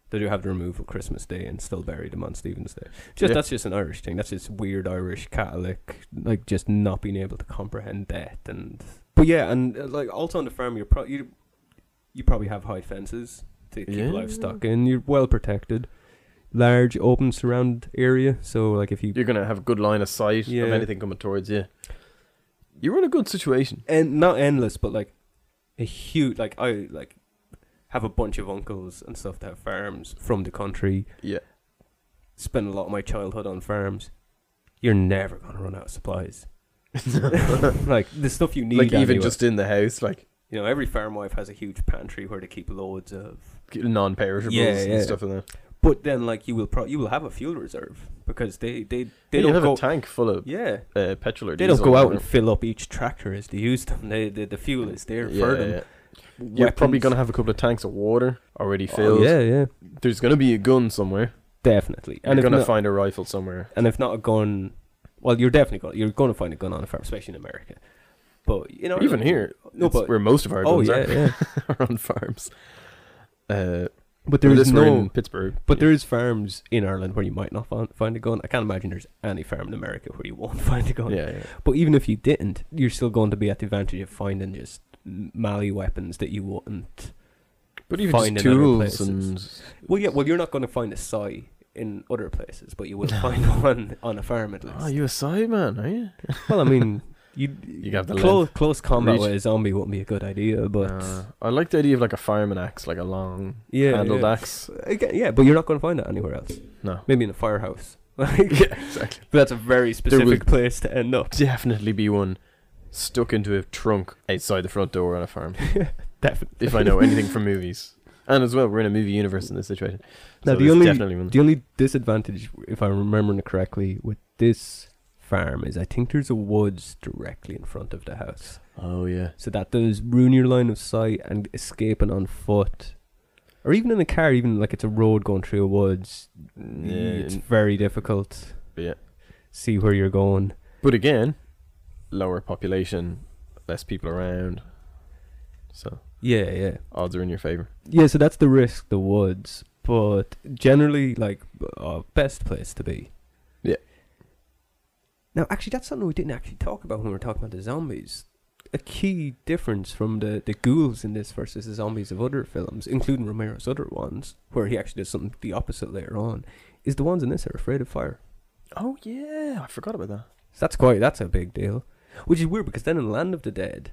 they do have to remove for Christmas Day and still bury them on Stephen's Day. Just Yeah. that's just an Irish thing. That's just weird Irish Catholic, like just not being able to comprehend death and. But yeah, and uh, like also on the farm, you're pro- you you probably have high fences to keep Yeah. livestock in. You're well protected, large open surround area. So like if you You're gonna have a good line of sight Yeah. of anything coming towards you. You're in a good situation. and not endless, but like a huge like I like have a bunch of uncles and stuff that have farms from the country. Yeah. Spend a lot of my childhood on farms. You're never gonna run out of supplies. like the stuff you need. like even anyway. just in the house, like you know, every farm wife has a huge pantry where they keep loads of. non-perishables Yeah, yeah. and stuff like that. But then, like you will pro- you will have a fuel reserve because they they they They don't don't have go. a tank full of yeah, uh, petrol or they don't diesel go or out and whatever. fill up each tractor as they use them. They, they the fuel is there Yeah, for them. yeah. You're probably Weapons- gonna have a couple of tanks of water already Oh, filled. yeah, yeah, There's gonna be a gun somewhere. definitely. And you're if gonna not- find a rifle somewhere. and if not a gun, well, you're definitely going. You're going to find a gun on a farm, especially in America. But you know, Even here, Oh, no, it's but where most of our oh guns yeah, yeah. are, are on farms. Uh, But there there is this we're no, in Pittsburgh, but there is farms in Ireland where you might not find, find a gun. I can't imagine there's any farm in America where you won't find a gun. Yeah, yeah. But even if you didn't, you're still going to be at the advantage of finding just mally weapons that you wouldn't. But even Find just in other tools places. and Well, yeah. Well, you're not going to find a sigh in other places, but you will find one on a farm at least. oh, you a side man, are you? well, I mean, you You have the close close combat Reach. with a zombie wouldn't be a good idea, but. Uh, I like the idea of like a fireman axe, like a long yeah, handled yeah. axe. Again, yeah, but you're not going to find that anywhere else. No, Maybe in a firehouse. Like, exactly. But that's a very specific would- place to end up. Definitely be one stuck into a trunk outside the front door on a farm. Definitely. if I know anything from movies, and as well, we're in a movie universe in this situation. Now, the So there's only- definitely one. The only disadvantage, if I'm remembering it correctly, with this farm is I think there's a woods directly in front of the house. Oh yeah. So that does ruin your line of sight and escaping on foot. Or even in a car, even like it's a road going through a woods. It's very difficult. Yeah. See where you're going. But again, lower population, less people around. So Yeah, yeah. odds are in your favor. Yeah, so that's the risk, the woods. But generally, like, uh, best place to be. Yeah. Now, actually, that's something we didn't actually talk about when we were talking about the zombies. A key difference from the, the ghouls in this versus the zombies of other films, including Romero's other ones, where he actually does something the opposite later on, is the ones in this are afraid of fire. Oh yeah, I forgot about that. So that's quite that's a big deal, which is weird because then in Land of the Dead,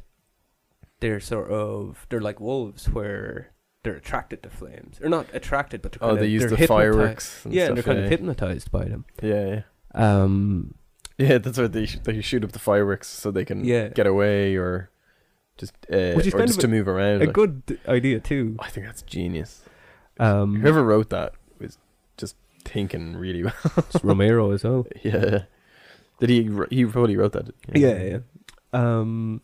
they're sort of they're like wolves where they're attracted to flames. They're not attracted, but they're Oh, kinda, they use they're the hypnoti- fireworks. And Yeah, stuff, and they're kind yeah. of hypnotized by them. Yeah, yeah. Um, Yeah, that's where they sh- they shoot up the fireworks so they can Yeah. get away or just uh, Which is or kind just of to move around. a like- good d- idea too. I think that's genius. Um, Whoever wrote that was just thinking really well. it's Romero as well. yeah. Did he? wr- He probably wrote that. Yeah, yeah. Um,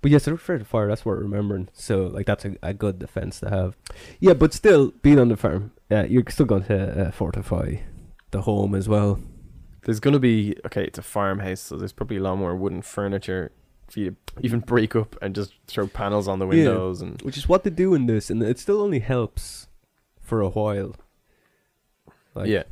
but yes, they're afraid of fire. That's what we're remembering. So like that's a, a good defense to have. Yeah, but still being on the farm, yeah, you're still going to uh, fortify the home as well. There's gonna be okay. It's a farmhouse, so there's probably a lot more wooden furniture for you to even break up and just throw panels on the Yeah. windows and which is what they do in this, and it still only helps for a while. Like yeah,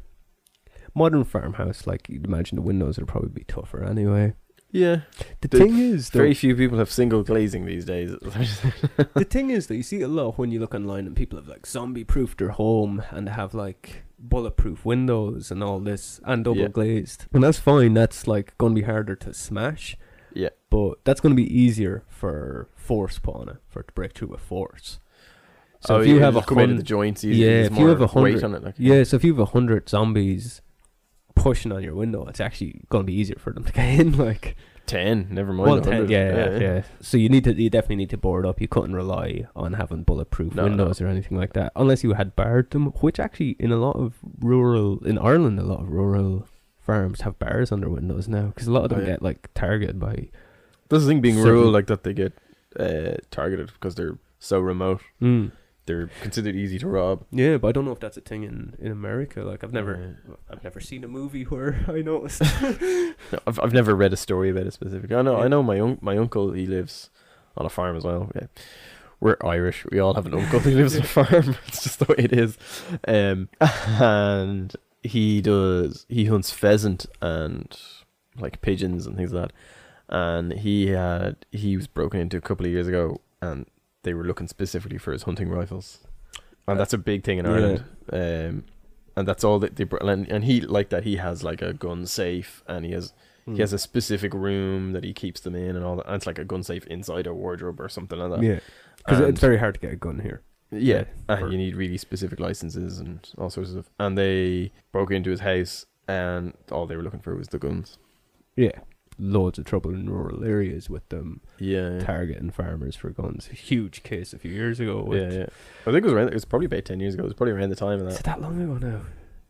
modern farmhouse, like you'd imagine the windows would probably be tougher anyway. yeah. The The thing is, though, Very few people have single glazing these days. the thing is that you see a lot when you look online, and people have like zombie-proofed their home, and they have like bulletproof windows and all this, and double Yeah. glazed, and that's fine. That's like going to be harder to smash. Yeah. but that's going to be easier for force spawner for it to break through with force. So Oh, if you yeah, have a just come into hun- the joints, easier, Yeah, there's if you have more a hundred- weight on it, like, Yeah, so if you have a hundred zombies pushing on your window, it's actually gonna be easier for them to get in. Like, ten, never mind. well, a 10, hundred. yeah, yeah, yeah. So you need to, you definitely need to board up. You couldn't rely on having bulletproof No, windows or anything like that, unless you had barred them. Which actually, in a lot of rural, in Ireland, a lot of rural farms have bars on their windows now because a lot of Oh, them yeah. get like targeted by. That's the thing being Certain- rural like that they get uh, targeted because they're so remote. Mm. They're considered easy to rob. Yeah, but I don't know if that's a thing in, in America. Like, I've never, I've never seen a movie where I noticed. No, I've, I've never read a story about it specifically. I know I Yeah. know my un- my uncle he lives on a farm as well. Okay. We're Irish. We all have an uncle who lives on a farm. It's just the way it is. Um, and he does he hunts pheasant and like pigeons and things like that. And he had he was broken into a couple of years ago, and they were looking specifically for his hunting rifles, and that's a big thing in Yeah. Ireland. Um, and that's all that they brought. And, and he like that he has like a gun safe, and he has Hmm. Mm. he has a specific room that he keps them in, and all that. And it's like a gun safe inside a wardrobe or something like that. yeah, because And- it's very hard to get a gun here. yeah, Yeah, and for- you need really specific licenses and all sorts of stuff. And they broke into his house, and all they were looking for was the guns. Yeah. Loads of trouble in rural areas with them Yeah, yeah, targeting farmers for guns. A huge case a few years ago. yeah. With, yeah. I think it was around. It was probably about ten years ago. It was probably around the time of Is that. it that long ago now?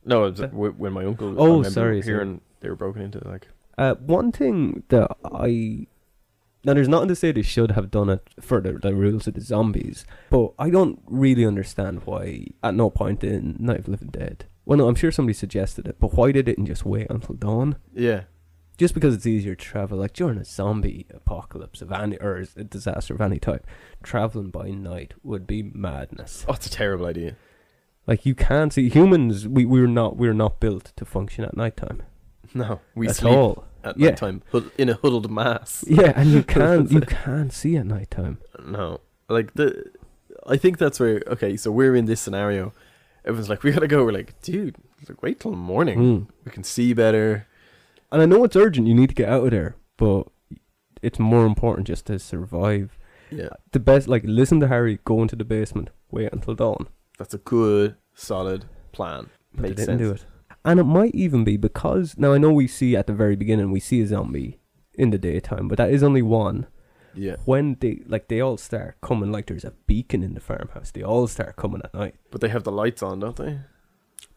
No, it was that- wh- when my uncle. I Oh, remember sorry, sorry. hearing they were broken into. Like, Uh, one thing that I. Now, there's nothing to say they should have done it for the, the rules of the zombies, but I don't really understand why, at no point in Night of the Living Dead. Well, no, I'm sure somebody suggested it, but why they didn't just wait until dawn? yeah, just because it's easier to travel, like during a zombie apocalypse of any or a disaster of any type, traveling by night would be madness. oh, it's a terrible idea. Like you can't see humans. We we're not we're not built to function at nighttime. No, we at sleep all. at Yeah. night time in a huddled mass. Yeah, and you can't you can't see at nighttime. No, like the, I think that's where okay. So we're in this scenario. Everyone's like, we gotta go. We're like, dude, like, wait till morning. Mm. We can see better. And I know it's urgent. You need to get out of there, but it's more important just to survive. Yeah, The best, like, listen to Harry. Go into the basement. Wait until dawn. that's a good, solid plan. But Makes they didn't sense. do it. And it might even be because now I know we see at the very beginning we see a zombie in the daytime, but that is only one. Yeah, When they like they all start coming like there's a beacon in the farmhouse. They all start coming at night. but they have the lights on, don't they?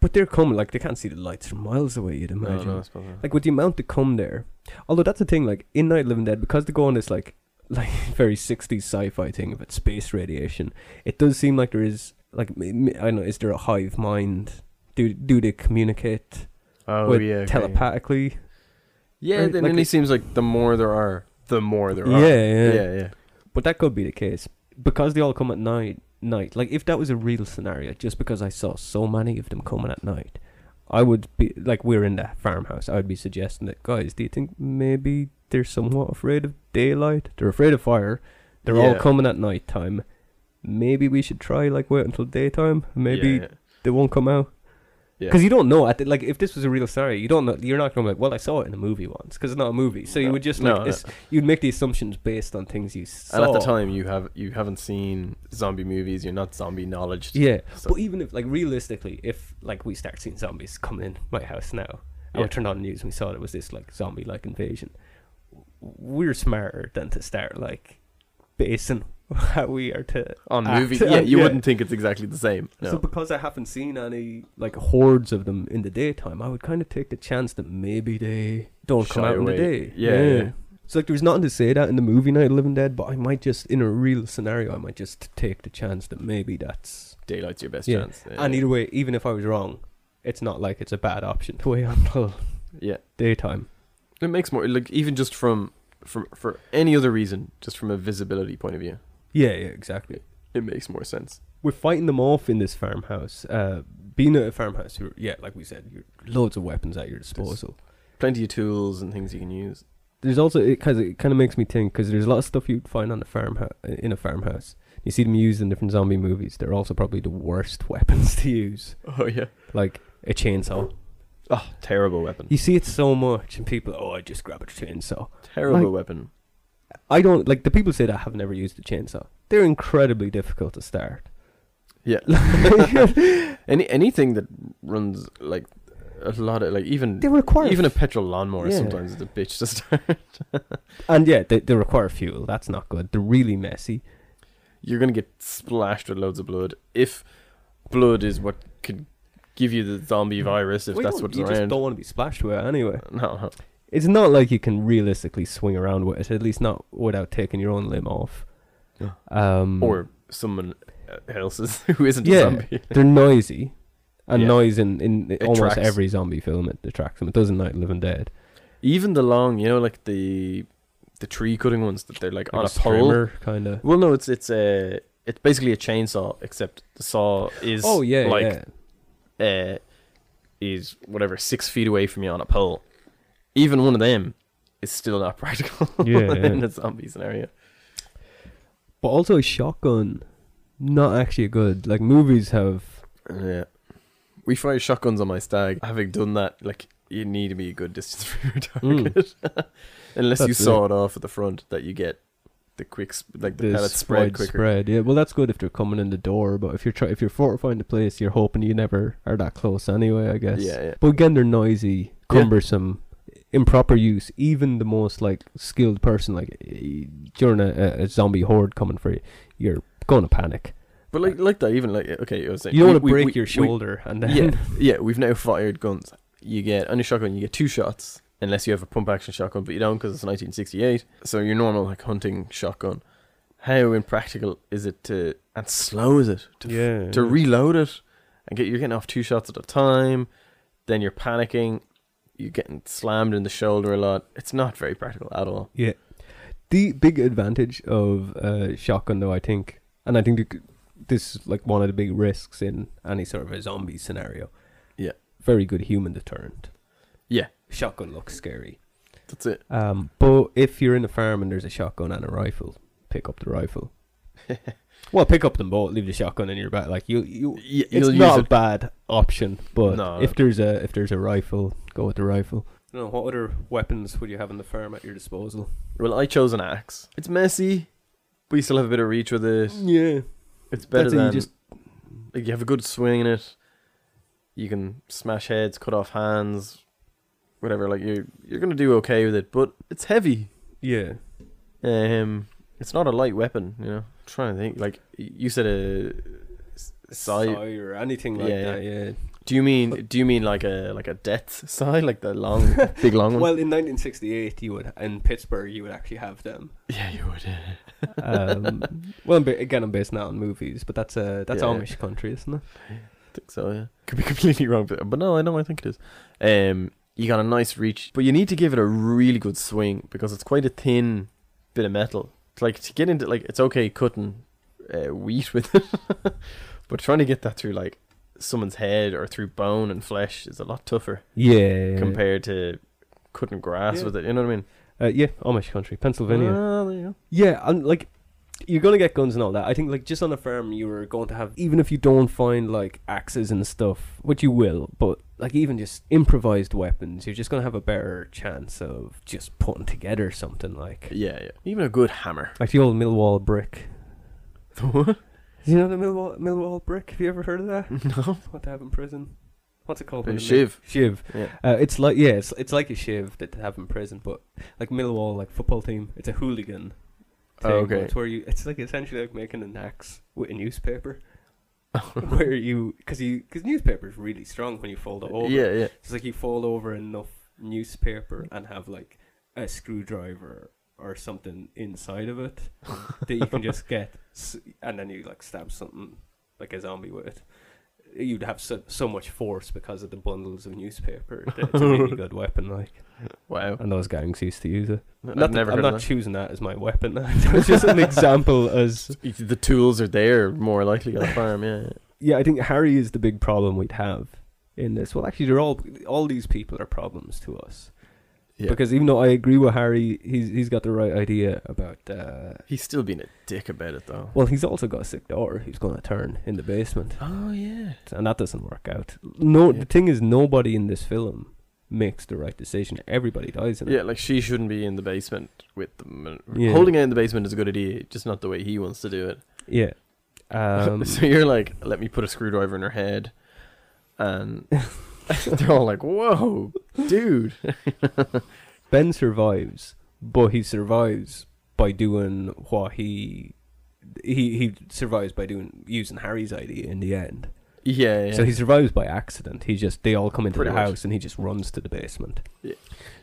But they're coming, like they can't see the lights from miles away. You'd No, imagine. no, I suppose not. Like with the amount that come there. Although that's the thing, like in Night of the Living Dead, because they go on this like like very sixties sci-fi thing about space radiation, it does seem like there is like m- m- I don't know, is there a hive mind? Do do they communicate oh with yeah, okay, yeah. telepathically? Yeah, Right, then like it it- seems like the more there are, the more there Yeah, are. yeah, yeah, yeah. But that could be the case because they all come at night. Night, like if that was a real scenario, just because I saw so many of them coming at night, I would be like we're in the farmhouse. I would be suggesting that guys, do you think maybe they're somewhat afraid of daylight? They're afraid of fire. They're all Yeah. coming at night time. Maybe we should try like wait until daytime. Maybe Yeah, yeah. they won't come out. Yeah. Because you don't know, at the, like if this was a real story, you don't know. You're not gonna be like, well, I saw it in a movie once, because it's not a movie. So you No. would just No, like, it's- you'd make the assumptions based on things you saw. and at the time you have you haven't seen zombie movies, you're not zombie knowledge. Yeah, So- but even if like realistically, if like we start seeing zombies coming in my house now, and Yeah. we turned on the news and we saw it was this like zombie like invasion, we're smarter than to start like basing how we are Uh, to on act. movie. Yeah, you wouldn't think it's exactly the same. No. So because I haven't seen any like hordes of them in the daytime, I would kind of take the chance that maybe they don't come Shy out away. in the day. Yeah, yeah. So like, there's nothing to say that in the movie Night of the Living Dead, but I might just, in a real scenario, I might just take the chance that maybe that's Daylight's your best Yeah. chance. Yeah, And yeah. either way, even if I was wrong, it's not like it's a bad option to wait until yeah, daytime. it makes more like even just from from for any other reason, just from a visibility point of view, Yeah, yeah, exactly. it makes more sense. We're fighting them off in this farmhouse. Uh, being at a farmhouse, you're, yeah, like we said, you're loads of weapons at your disposal. Plenty of tools and things you can use. There's also it because it kind of makes me think because there's a lot of stuff you'd find on a farmhouse in a farmhouse. You see them used in different zombie movies. They're also probably the worst weapons to use, Oh yeah. like a chainsaw. Oh, terrible weapon. You see it so much, and people, oh, I just grab a chainsaw. terrible like- weapon. I don't like the people say that have never used a chainsaw. They're incredibly difficult to start. Yeah. Any anything that runs like a lot of like even They require even a petrol lawnmower Yeah. sometimes is a bitch to start. and yeah, they, they require fuel. That's not good. They're really messy. You're gonna get splashed with loads of blood if blood is what could give you the zombie virus if Mm. Well, you that's don't- what's you around. just don't want to be splashed with it anyway. No, no. It's not like you can realistically swing around with it. At least not without taking your own limb off. Yeah. Um, or someone else's who isn't a Yeah. zombie. they're noisy, and Yeah. noise in in almost tracks. every zombie film it attracts them. It doesn't like Living Dead. Even the long, you know, like the the tree cutting ones that they're like on a pole. kind of. Well, no, it's it's a it's basically a chainsaw except the saw is Oh yeah, like yeah. uh, is whatever six feet away from you on a pole. Even one of them is still not practical Yeah, in yeah. a zombie scenario. But also a shotgun, not actually good. Like movies have. Yeah, we fired shotguns on my stag. Having done that, like you need to be a good distance from your target, unless you Hmm. That's saw it off at the front that you get the quick sp- like the this pellets spread wide quicker. spread. Yeah, well, that's good if they're coming in the door. But if you're try- if you're fortifying the place, you're hoping you never are that close anyway. I guess. Yeah, yeah. But again, they're noisy, Yeah. cumbersome, improper use. Even the most like skilled person, like eh, during a, a- a zombie horde coming for you, you're going to panic. But like like that, even like okay, I was saying You don't we- want to we- break we- your we- shoulder and then. yeah, yeah. We've now fired guns. You get on a shotgun, you get two shots unless you have a pump action shotgun, but you don't because it's 1968. So your normal like hunting shotgun. How impractical is it to and slow is it to yeah. to reload it and get you're getting off two shots at a time then you're panicking you're getting slammed in the shoulder a lot it's not very practical at all Yeah. The big advantage of uh, shotgun, though, I think, and I think the, this is like one of the big risks in any sort of a zombie scenario. Yeah. Very good human deterrent. yeah Shotgun looks scary. that's it Um, but if you're in a farm and there's a shotgun and a rifle, pick up the rifle. well, pick up them both. Leave the shotgun in your back. Like you, you. Y- It's you'll not a use it bad option, but No. if there's a if there's a rifle, go with the rifle. No, what other weapons would you have in the farm at your disposal? well i chose an axe it's messy but you still have a bit of reach with it Yeah, it's better That's it, you than just like, you have a good swing in it you can smash heads cut off hands whatever like you you're gonna do okay with it but it's heavy Yeah. Um, it's not a light weapon, you know. I'm trying to think, like y- you said, a s- side. Sigh or anything like Yeah, that, yeah. Do you mean do you mean like a like a death sigh, like the long, big long one? Well, in 1968, you would in Pittsburgh, you would actually have them. yeah, you would. Um, well, I'm ba- again, I'm based not on movies, but that's uh, that's Yeah. Amish country, isn't it? think so, yeah. Could be completely wrong, but, but no, I know I think it is. Um, you got a nice reach, but you need to give it a really good swing because it's quite a thin bit of metal. It's Like to get into like it's okay cutting uh, wheat with it, but trying to get that through like someone's head or through bone and flesh is a lot tougher Yeah. compared to cutting grass Yeah. with it. You know what I mean? uh, yeah, Amish country, Pennsylvania. Well, there you go. Yeah, and like you're gonna get guns and all that. I think like just on a farm you are going to have even if you don't find like axes and stuff, which you will, but like even just improvised weapons, you're just gonna have a better chance of just putting together something like Yeah, yeah. Even a good hammer. like the old Millwall brick. Do you know the Millwall Millwall brick? Have you ever heard of that? no. What they have in prison? What's it called? A when they make- shiv. Shiv. Yeah. Uh, it's like yeah, it's it's like a shiv that they have in prison, but like Millwall, like football team, it's a hooligan. Oh, thing, okay. It's where you, it's like essentially like making an axe with a newspaper, where you, because you, because newspaper's really strong when you fold it over. Yeah, yeah. It's like you fold over enough newspaper and have like a screwdriver or something inside of it that you can just get, s- and then you like stab something like a zombie with it. You'd have so, so much force because of the bundles of newspaper. that It's a really good weapon, like, Wow. and those gangs used to use it. Not I've that- never I'm heard of not that. choosing that as my weapon. it's just an example as the tools are there more likely on a farm yeah yeah, I think Harry is the big problem we'd have in this. Well, actually, they're all all these people are problems to us Yeah. because even though I agree with Harry, he's he's got the right idea about. Uh, he's still being a dick about it though well, he's also got a sick daughter who's going to turn in the basement, oh yeah and that doesn't work out. No, Yeah. the thing is, nobody in this film makes the right decision. Everybody dies in it. yeah like she shouldn't be in the basement with them and Yeah. holding her in the basement is a good idea just not the way he wants to do it Yeah. Um, so you're like let me put a screwdriver in her head and they're all like whoa dude Ben survives, but he survives by doing what he he he survives by doing using Harry's idea in the end. yeah, yeah. So he survives by accident. He just they all come into Pretty the much. house and he just runs to the basement. Yeah.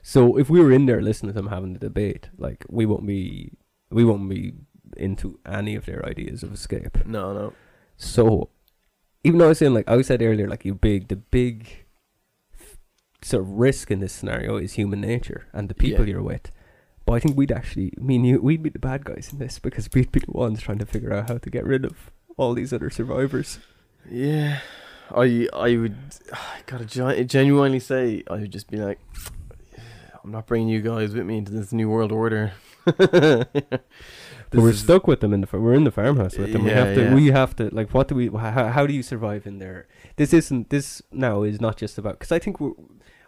So if we were in there listening to them having the debate, like we won't be we won't be into any of their ideas of escape. no no So, even though I was saying like I said earlier, like you big the big sort of risk in this scenario is human nature and the people Yeah. you're with. But I think we'd actually me and you we'd be the bad guys in this because we'd be the ones trying to figure out how to get rid of all these other survivors. yeah i i would i gotta gi- genuinely say i would just be like i'm not bringing you guys with me into this new world order but we're This is- stuck with them in the far- we're in the farmhouse with them. we Yeah, have to yeah. we have to like what do we how, how do you survive in there? This isn't this now is not just about because I think we're,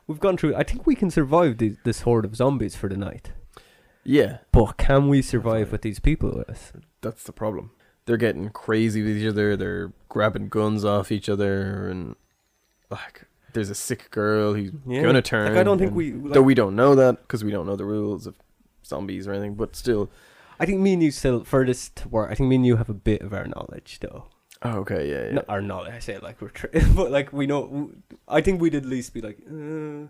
we've gone through. I think we can survive the, this horde of zombies for the night. yeah But can we survive with these people with us? That's the problem. They're getting crazy with each other. They're grabbing guns off each other, and like, there's a sick girl who's Yeah. gonna turn. Like, I don't think and- we. Like, though we don't know that because we don't know the rules of zombies or anything. But still, I think me and you still furthest to work. I think me and you have a bit of our knowledge, though. oh, okay, yeah, yeah. Not our knowledge. I say it like we're, tri- but like we know. I think we'd at least be like, uh,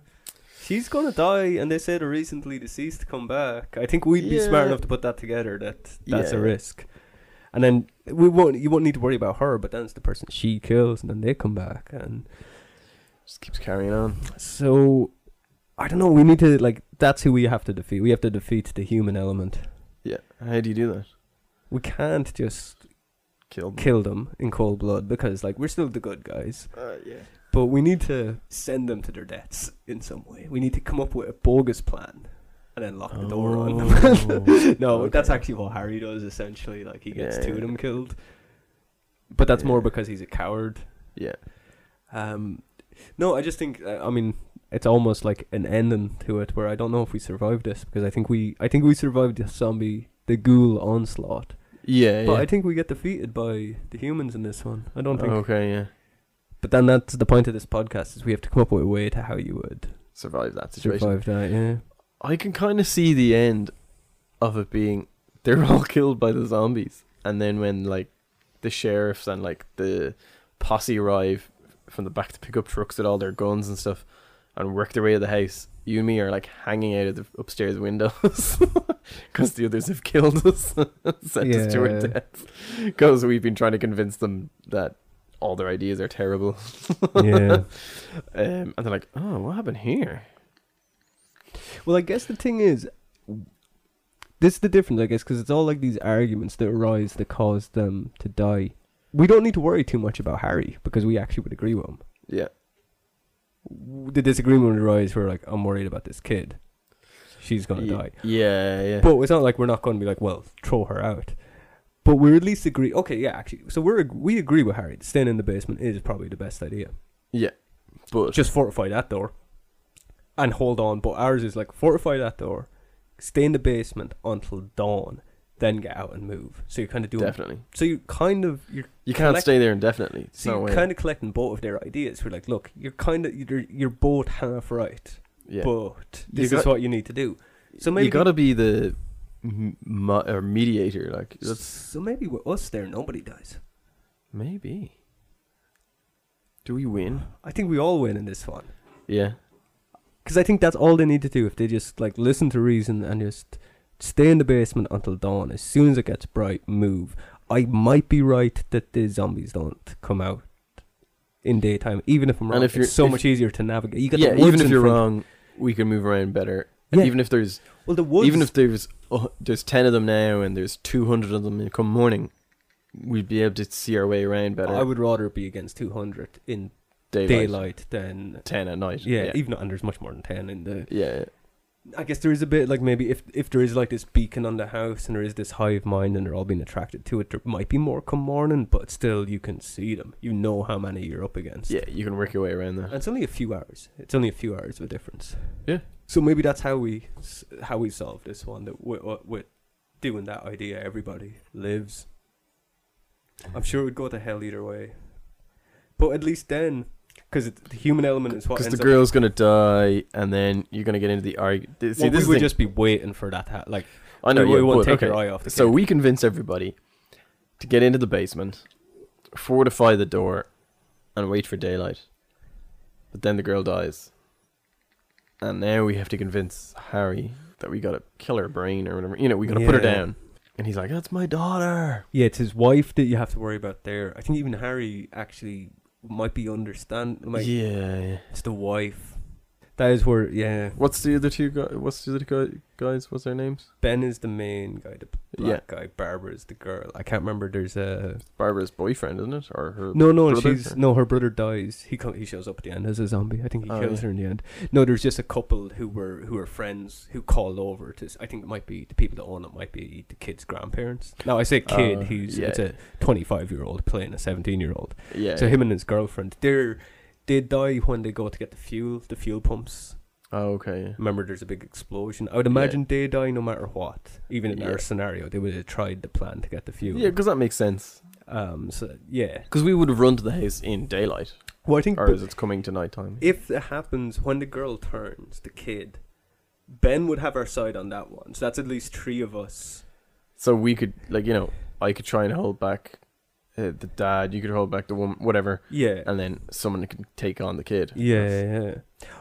she's gonna die, and they said a recently deceased come back. I think we'd be smart Yeah. enough to put that together. That that's a Yeah. risk. And then we won't. You won't need to worry about her, but then it's the person she kills, and then they come back, and Just keeps carrying on. so I don't know. We need to like that's who we have to defeat. We have to defeat the human element. Yeah. How do you do that? We can't just Kill. Them. kill them in cold blood because like we're still the good guys. Uh, yeah. But we need to send them to their deaths in some way. We need to come up with a bogus plan and then lock the door on them. Oh, no, that's actually what Harry does essentially. Like he gets Yeah, two yeah. of them killed. But that's more Yeah. because he's a coward. Yeah. Um, no, I just think uh, I mean it's almost like an ending to it where I don't know if we survived this because I think we I think we survived the zombie the ghoul onslaught, Yeah. but yeah. I think we get defeated by the humans in this one. I don't think. okay. Yeah. But then that's the point of this podcast is we have to come up with a way to how you would Survive that situation. survive that. Yeah. I can kind of see the end of it being they're all killed by the zombies, and then when like the sheriffs and like the posse arrive from the back to pick up trucks with all their guns and stuff, and work their way to the house. You and me are like hanging out of the upstairs windows because the others have killed us, sent us to our Yeah. death. Because we've been trying to convince them that all their ideas are terrible. yeah. Um, and they're like, "Oh, what happened here?" Well, I guess the thing is, this is the difference, I guess, because it's all like these arguments that arise that cause them to die. We don't need to worry too much about Harry because we actually would agree with him. Yeah, W- The disagreement would arise where, like, I'm worried about this kid. She's going to die. Yeah, yeah. But it's not like we're not going to be like, well, throw her out. But we're at least agree. Okay, yeah, actually. So we're ag- we agree with Harry. Staying in the basement is probably the best idea. yeah, but Just fortify that door and hold on. But ours is like fortify that door, stay in the basement until dawn, then get out and move. So you're kind of doing. definitely So you kind of you're you can't collect- stay there indefinitely. It's So no you're way. kind of collecting both of their ideas. We're like, look, you're kind of you're, you're both half right, yeah. but You this is got- what you need to do. So maybe you gotta be the m- mo- or mediator. Like that's so maybe with us there, nobody dies. maybe. Do we win? I think we all win in this one Yeah, because I think that's all they need to do. If they just like listen to reason and just stay in the basement until dawn, as soon as it gets bright, move. I might be right that the zombies don't come out in daytime, even if I'm And wrong. if you're- it's so if- much easier to navigate. You got yeah. the woods Even if in you're front- wrong, we can move around better. Yeah. Even if there's well, the woods. even if there's oh, there's ten of them now and there's two hundred of them come morning, we'd be able to see our way around better. I would rather be against 200 in daylight, daylight than ten at night. yeah, yeah. even though and there's much more than 10 in the yeah. I guess there is a bit like maybe if if there is like this beacon on the house and there is this hive mind and they're all being attracted to it there might be more come morning but still you can see them you know how many you're up against Yeah, you can work your way around that. and it's only a few hours it's only a few hours of a difference Yeah. so maybe that's how we s- how we solve this one that we're, we're doing that idea everybody lives I'm sure it would go to hell either way but at least then because the human element is what Because ends the up girl's gonna die, and then you're gonna get into the argument. See, well, this we is would the thing. just be waiting for that to ha- like I know we, Oh, yeah, won't but, take okay. our eye off the So kid. we convince everybody to get into the basement, fortify the door, and wait for daylight. But then the girl dies, and now we have to convince Harry that we gotta kill her brain or whatever. You know, we gotta put her Yeah. down. And he's like, "That's my daughter." Yeah, it's his wife that you have to worry about there. I think even Harry actually might be understand. Like, yeah, yeah. It's the wife. That is where, yeah. What's the other two guys? What's the other guy- guys? What's their names? Ben is the main guy, the Yeah. black guy. Barbara is the girl. I can't remember. There's a Barbara's boyfriend, isn't it, or her? no, no. brother? She's no. Her brother dies. He co- he shows up at the end as a zombie. I think he Oh, kills yeah. her in the end. No, there's just a couple who were who are friends who called over to. s- I think it might be the people that own it might be the kid's grandparents. Now I say kid. Oh, he's yeah. it's a 25 year old playing a 17 year old. yeah. So him and his girlfriend, they're they die when they go to get the fuel, the fuel pumps. Oh, okay. yeah. Remember, there's a big explosion. I would Yeah. imagine they die no matter what. Even in Yeah. our scenario, they would have tried the plan to get the fuel. Yeah, because that makes sense. Um. So yeah. Because we would have run to the house in daylight, Well, I think or but as it's coming to nighttime. if it happens when the girl turns, the kid, Ben would have our side on that one. So that's at least three of us. So we could, like, you know, I could try and hold back uh, the dad. You could hold back the woman, whatever, Yeah. and then someone can take on the kid. Yeah, yeah.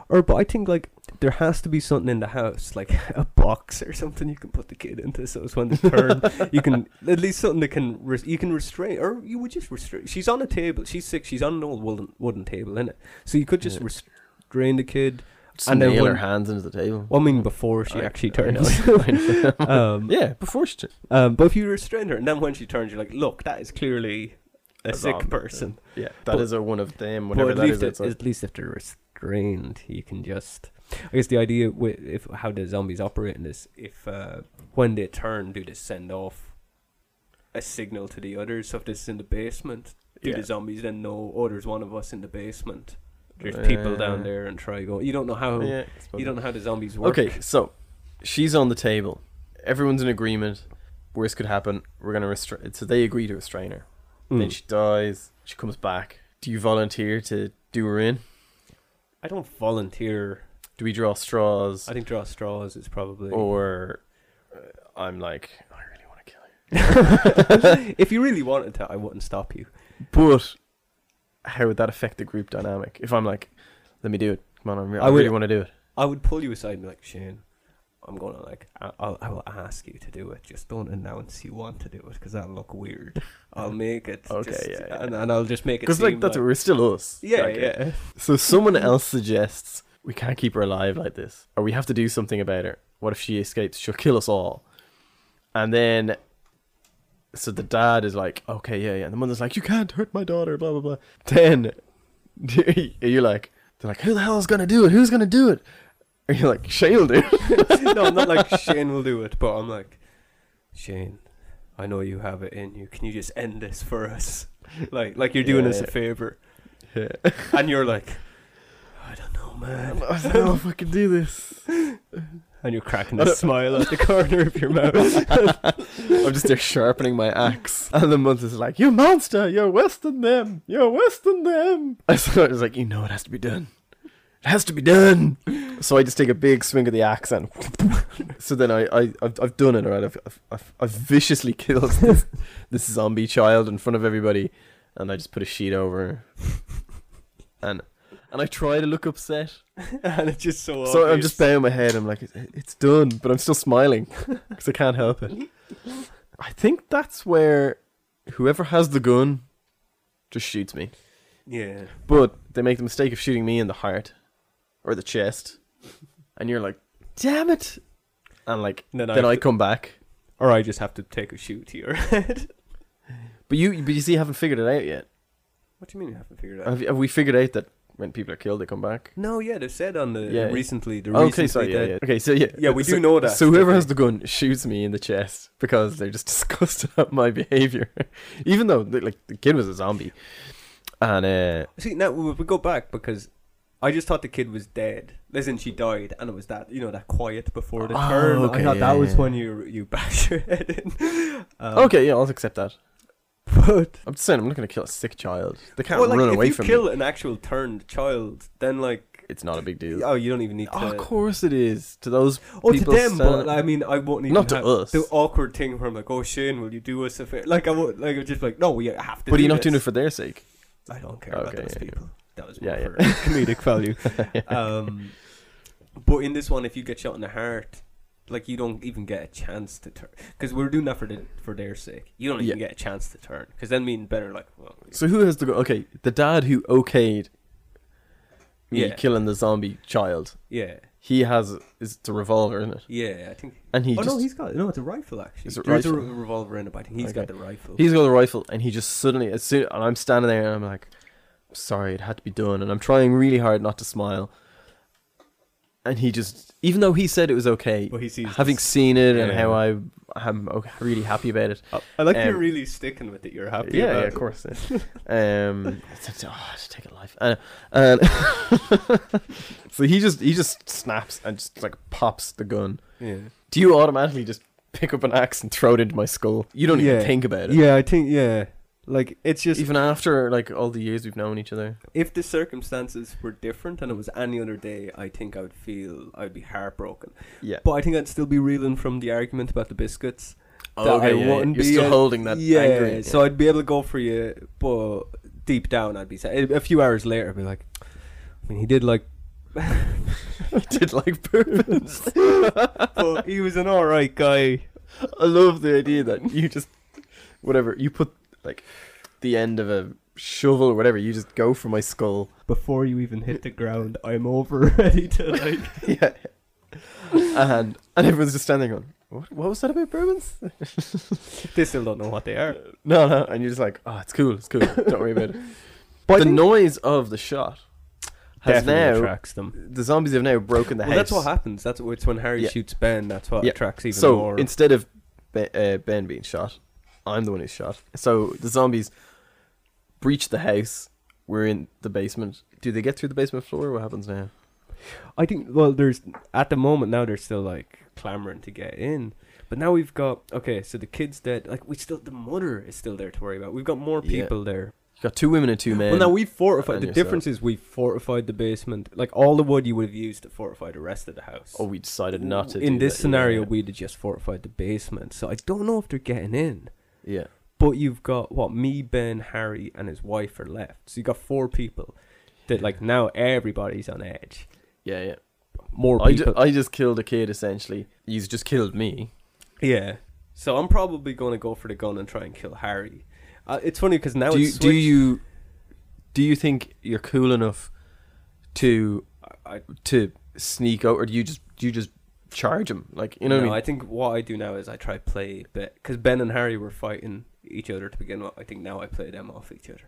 Or, but I think like there has to be something in the house, like a box or something you can put the kid into, so it's when they turn, you can at least something that can res- you can restrain, or you would just restrain. She's on a table. She's sick. She's on an old wooden wooden table, in it. So you could just Yeah. restrain the kid. Just And and then nail her when- hands into the table. Well, I mean, before she I- actually I know, turns. I know. um, yeah, before she. tur- um, but if you restrain her, and then when she turns, you're like, look, that is clearly a, A sick zombie, yeah. person. Yeah, that But- is a one of them. Well, Whatever at that is, least it's it- at least if they're restrained, you can just. I guess the idea with if how the zombies operate in this, if uh, when they turn, do they send off a signal to the others? So if this is in the basement, do Yeah. the zombies then know? Oh, there's one of us in the basement. There's people down Yeah. there and try go. You don't know how. Uh, yeah, You don't know how the zombies work. Okay, so she's on the table. Everyone's in agreement. Worst could happen. We're gonna restrain. So they agree to restrain her. Then Mm. she dies. She comes back. Do you volunteer to do her in? I don't volunteer. Do we draw straws? I think draw straws is probably. Oh. Or uh, I'm like, I really want to kill her. if you really wanted to, I wouldn't stop you. But how would that affect the group dynamic? If I'm like, let me do it. Come on, I'm re- I I, really would- want to do it. I would pull you aside and be like, Shane, I'm gonna like, I- I'll, I will ask you to do it. Just don't announce you want to do it because that'll look weird. I'll make it. Okay, just- yeah, yeah. And, and I'll just make it. Because like seem that's we're still us. yeah, Like, uh, yeah. So someone else suggests we can't keep her alive like this, or we have to do something about her. What if she escapes? She'll kill us all. And then, so the dad is like, okay, yeah, yeah. And the mother's like, you can't hurt my daughter, blah blah blah. Then you're like, they're like, who the hell is gonna do it? Who's gonna do it? And you're like, Shane will do. it." no, I'm not like Shane will do it, but I'm like, Shane, I know you have it in you. Can you just end this for us? Like, like you're doing us a Yeah. favor, Yeah. and you're like, I don't know, man. I don't know if I can do this. And you're cracking I a don't- smile at the corner of your mouth. I'm just there sharpening my axe. And the monster's like, You monster, you're worse than them. You're worse than them. I so I was like, You know it has to be done. It has to be done. So I just take a big swing of the axe and so then I, I I've, I've done it, alright. I've, I've- I've I've viciously killed this, this zombie child in front of everybody, and I just put a sheet over, her. and and I try to look upset, and it's just so. so I'm obvious. just bowing my head. I'm like, "It- it's done, but I'm still smiling because I can't help it. I think that's where whoever has the gun just shoots me. Yeah. But they make the mistake of shooting me in the heart or the chest, and you're like, damn it! And like, And then, then I, I have to- come back. or I just have to take a shoot to your head. But you, but you see, you haven't figured it out yet. what do you mean you haven't figured it out? Have, have we figured out that when people are killed, they come back? no, yeah, they've said on the Yeah. recently the Okay, recently sorry, yeah, that- yeah. Okay, so yeah, Yeah, we so- do know that. So whoever has the gun shoots me in the chest because they're just disgusted at my behavior, even though like the kid was a zombie, and uh, See now we, we go back because I just thought the kid was dead. Listen, she died, and it was that you know that quiet before the Oh, turn. I okay, thought yeah, that was yeah. when you you bash your head in. Um, okay, yeah, I'll accept that. but I'm just saying, I'm not gonna kill a sick child. They can't well, like, run if away you from kill me. an actual turned child, then like It's not a big deal. oh, you don't even need to. Oh, of course it is to those. Oh, to people them, stand- but I mean, I won't even Not to have us. the awkward thing where I'm like, "Oh, Shane, will you do us a favor?" Like I won't, like I'm just like, "No, we have to." but do you're not this. doing it for their sake. I don't care about Okay, those yeah, yeah. people. That was Yeah, yeah, yeah. for comedic value. Um, but in this one, if you get shot in the heart, like you don't even get a chance to turn because we're doing that for the, for their sake. You don't even Yeah. get a chance to turn because then mean better like well, So who has the gun? Okay, the dad who okayed me Yeah. killing the zombie child. yeah, He has is the revolver in it, yeah. I think. and he oh just no, he's got no. It's a rifle actually. Is it There's a rifle? re- revolver in it, but I think he's got the rifle. He's got a rifle, and he just suddenly, as soon, and I'm standing there, and I'm like, sorry, it had to be done, and I'm trying really hard not to smile. And he just, even though he said it was okay, But he sees having this. seen it and Yeah. how I am o- really happy about it. I like um, you're really sticking with it. You're happy. yeah, about it. yeah, of course. yeah. um, it's, it's, oh, just take a life. Uh, and so he just he just snaps and just like pops the gun. Yeah. Do you automatically just pick up an axe and throw it into my skull? You don't Yeah. even think about it. Yeah, I think yeah. Like it's just Even after like all the years we've known each other. if the circumstances were different and it was any other day, I think I would feel I'd be heartbroken. Yeah. But I think I'd still be reeling from the argument about the biscuits. Oh, okay, I yeah, yeah. You're still holding that Yeah, anger in, so yeah. I'd be able to go for you, but deep down, I'd be sad. A few hours later, I'd be like, I mean, he did like, did like bourbons. but he was an all right guy. I love the idea that you just whatever you put like the end of a shovel or whatever. You just go for my skull. Before you even hit the ground, I'm over ready to like. yeah, and and everyone's just standing there going, "What? What was that about bourbons?" they still don't know what they are. no, no, and you're just like, "Oh, it's cool, it's cool. Don't worry about it." But the noise of the shot has now attracts them. the zombies have now broken the Well, house. that's what happens. That's what, it's when Harry Yeah. shoots Ben. That's what Yeah. attracts even so more. instead of ben, uh, ben being shot, I'm the one who's shot. So the zombies breach the house. We're in the basement. Do they get through the basement floor? What happens now? I think well there's at the moment now they're still like clamoring to get in. But now we've got okay, so the kids dead like we still the mother is still there to worry about. We've got more Yeah. people there. You got two women and two men. well now we've fortified and the yourself. difference is we've fortified the basement. Like all the wood you would have used to fortify the rest of the house. oh, we decided not to. in do this that. scenario yeah. we'd have just fortified the basement. So I don't know if they're getting in. yeah. But you've got what me, Ben, Harry, and his wife are left. So you got four people that like now everybody's on edge. Yeah, yeah. More I, ju- people, I just killed a kid essentially. He's just killed me. yeah. So I'm probably going to go for the gun and try and kill Harry. Uh, it's funny because now do you, it's do switched. you do you think you're cool enough to uh, I- to sneak out, or do you just do you just charge him? Like you know no, what I mean? think what I do now is I try play a bit because Ben and Harry were fighting each other to begin with. I think now I play them off each other.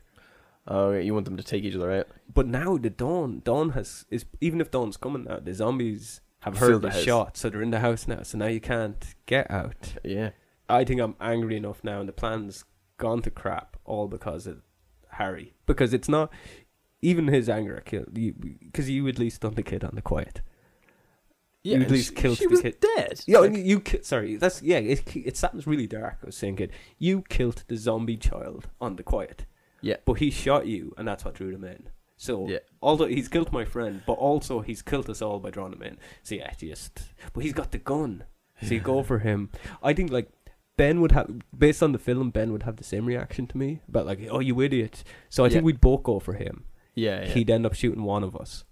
oh, yeah, you want them to take each other out? But now the Dawn, Dawn has is even if Dawn's coming now, the zombies have Filled heard the the house. shot, so they're in the house now. So now you can't get out. Yeah. I think I'm angry enough now, and the plan's gone to crap all because of Harry. Because it's not even his anger killed you because you at least done the kid on the quiet. You at and least she- killed she the was kid. dead. Yeah, Like, and you ki- sorry. That's yeah. It it sounds really dark. I was saying it. You killed the zombie child on the quiet. Yeah. But he shot you, and that's what drew them in. So Yeah. although he's killed my friend, but also he's killed us all by drawing him in. So yeah, just but he's got the gun. So you go for him. I think like Ben would have, based on the film, Ben would have the same reaction to me about like, oh you idiot. So I think Yeah. we'd both go for him. yeah, yeah, He'd end up shooting one of us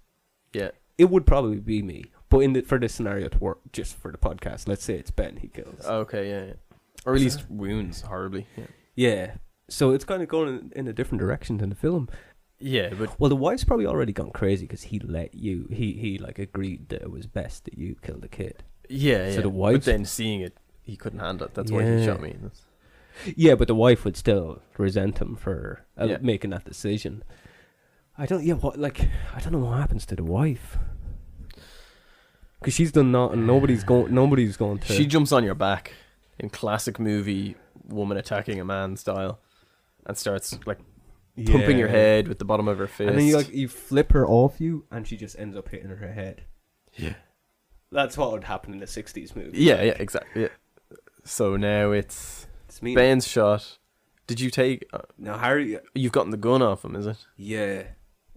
yeah. it would probably be me. But in the, for this scenario to work, just for the podcast, let's say it's Ben he kills. Oh, Okay, yeah, yeah. Or at least wounds horribly. Yeah. yeah. So it's kind of going in, in a different direction than the film. Yeah, but Well, the wife's probably already gone crazy because he let you. He he like agreed that it was best that you kill the kid. yeah, So yeah. the wife- But then seeing it, he couldn't handle it. That's why Yeah. he shot me. That's- Yeah, but the wife would still resent him for uh, Yeah. making that decision. I don't. Yeah, what like I don't know what happens to the wife because she's done nothing. Nobody's going. Nobody's going to. She jumps on your back in classic movie woman attacking a man style, and starts like pumping your Yeah. head with the bottom of her fist. And then you like you flip her off you, and she just ends up hitting her head. yeah, That's what would happen in the '60s movie. yeah, yeah, exactly. Yeah. So now it's It's me. Ben's shot. Did you take? Uh, Now Harry. you've gotten the gun off him, is it? Yeah.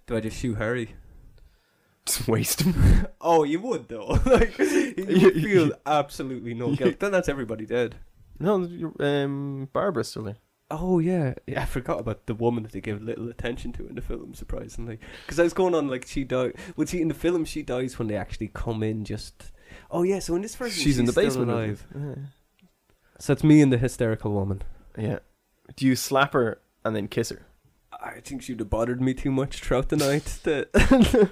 Do I just shoot Harry? Just waste him. Oh, you would though. like you would feel absolutely no guilt. Then that's everybody dead. No, you're, um, Barbara's still there. Oh yeah. yeah, I forgot about the woman that they give little attention to in the film. Surprisingly, because I was going on like she died. Well, see, in the film she dies when they actually come in. Just oh yeah. So in this version, She's, in the still basement. alive. isn't So it's me and the hysterical woman. it? Yeah. Do you slap her and then kiss her? I think she'd have bothered me too much throughout the night. That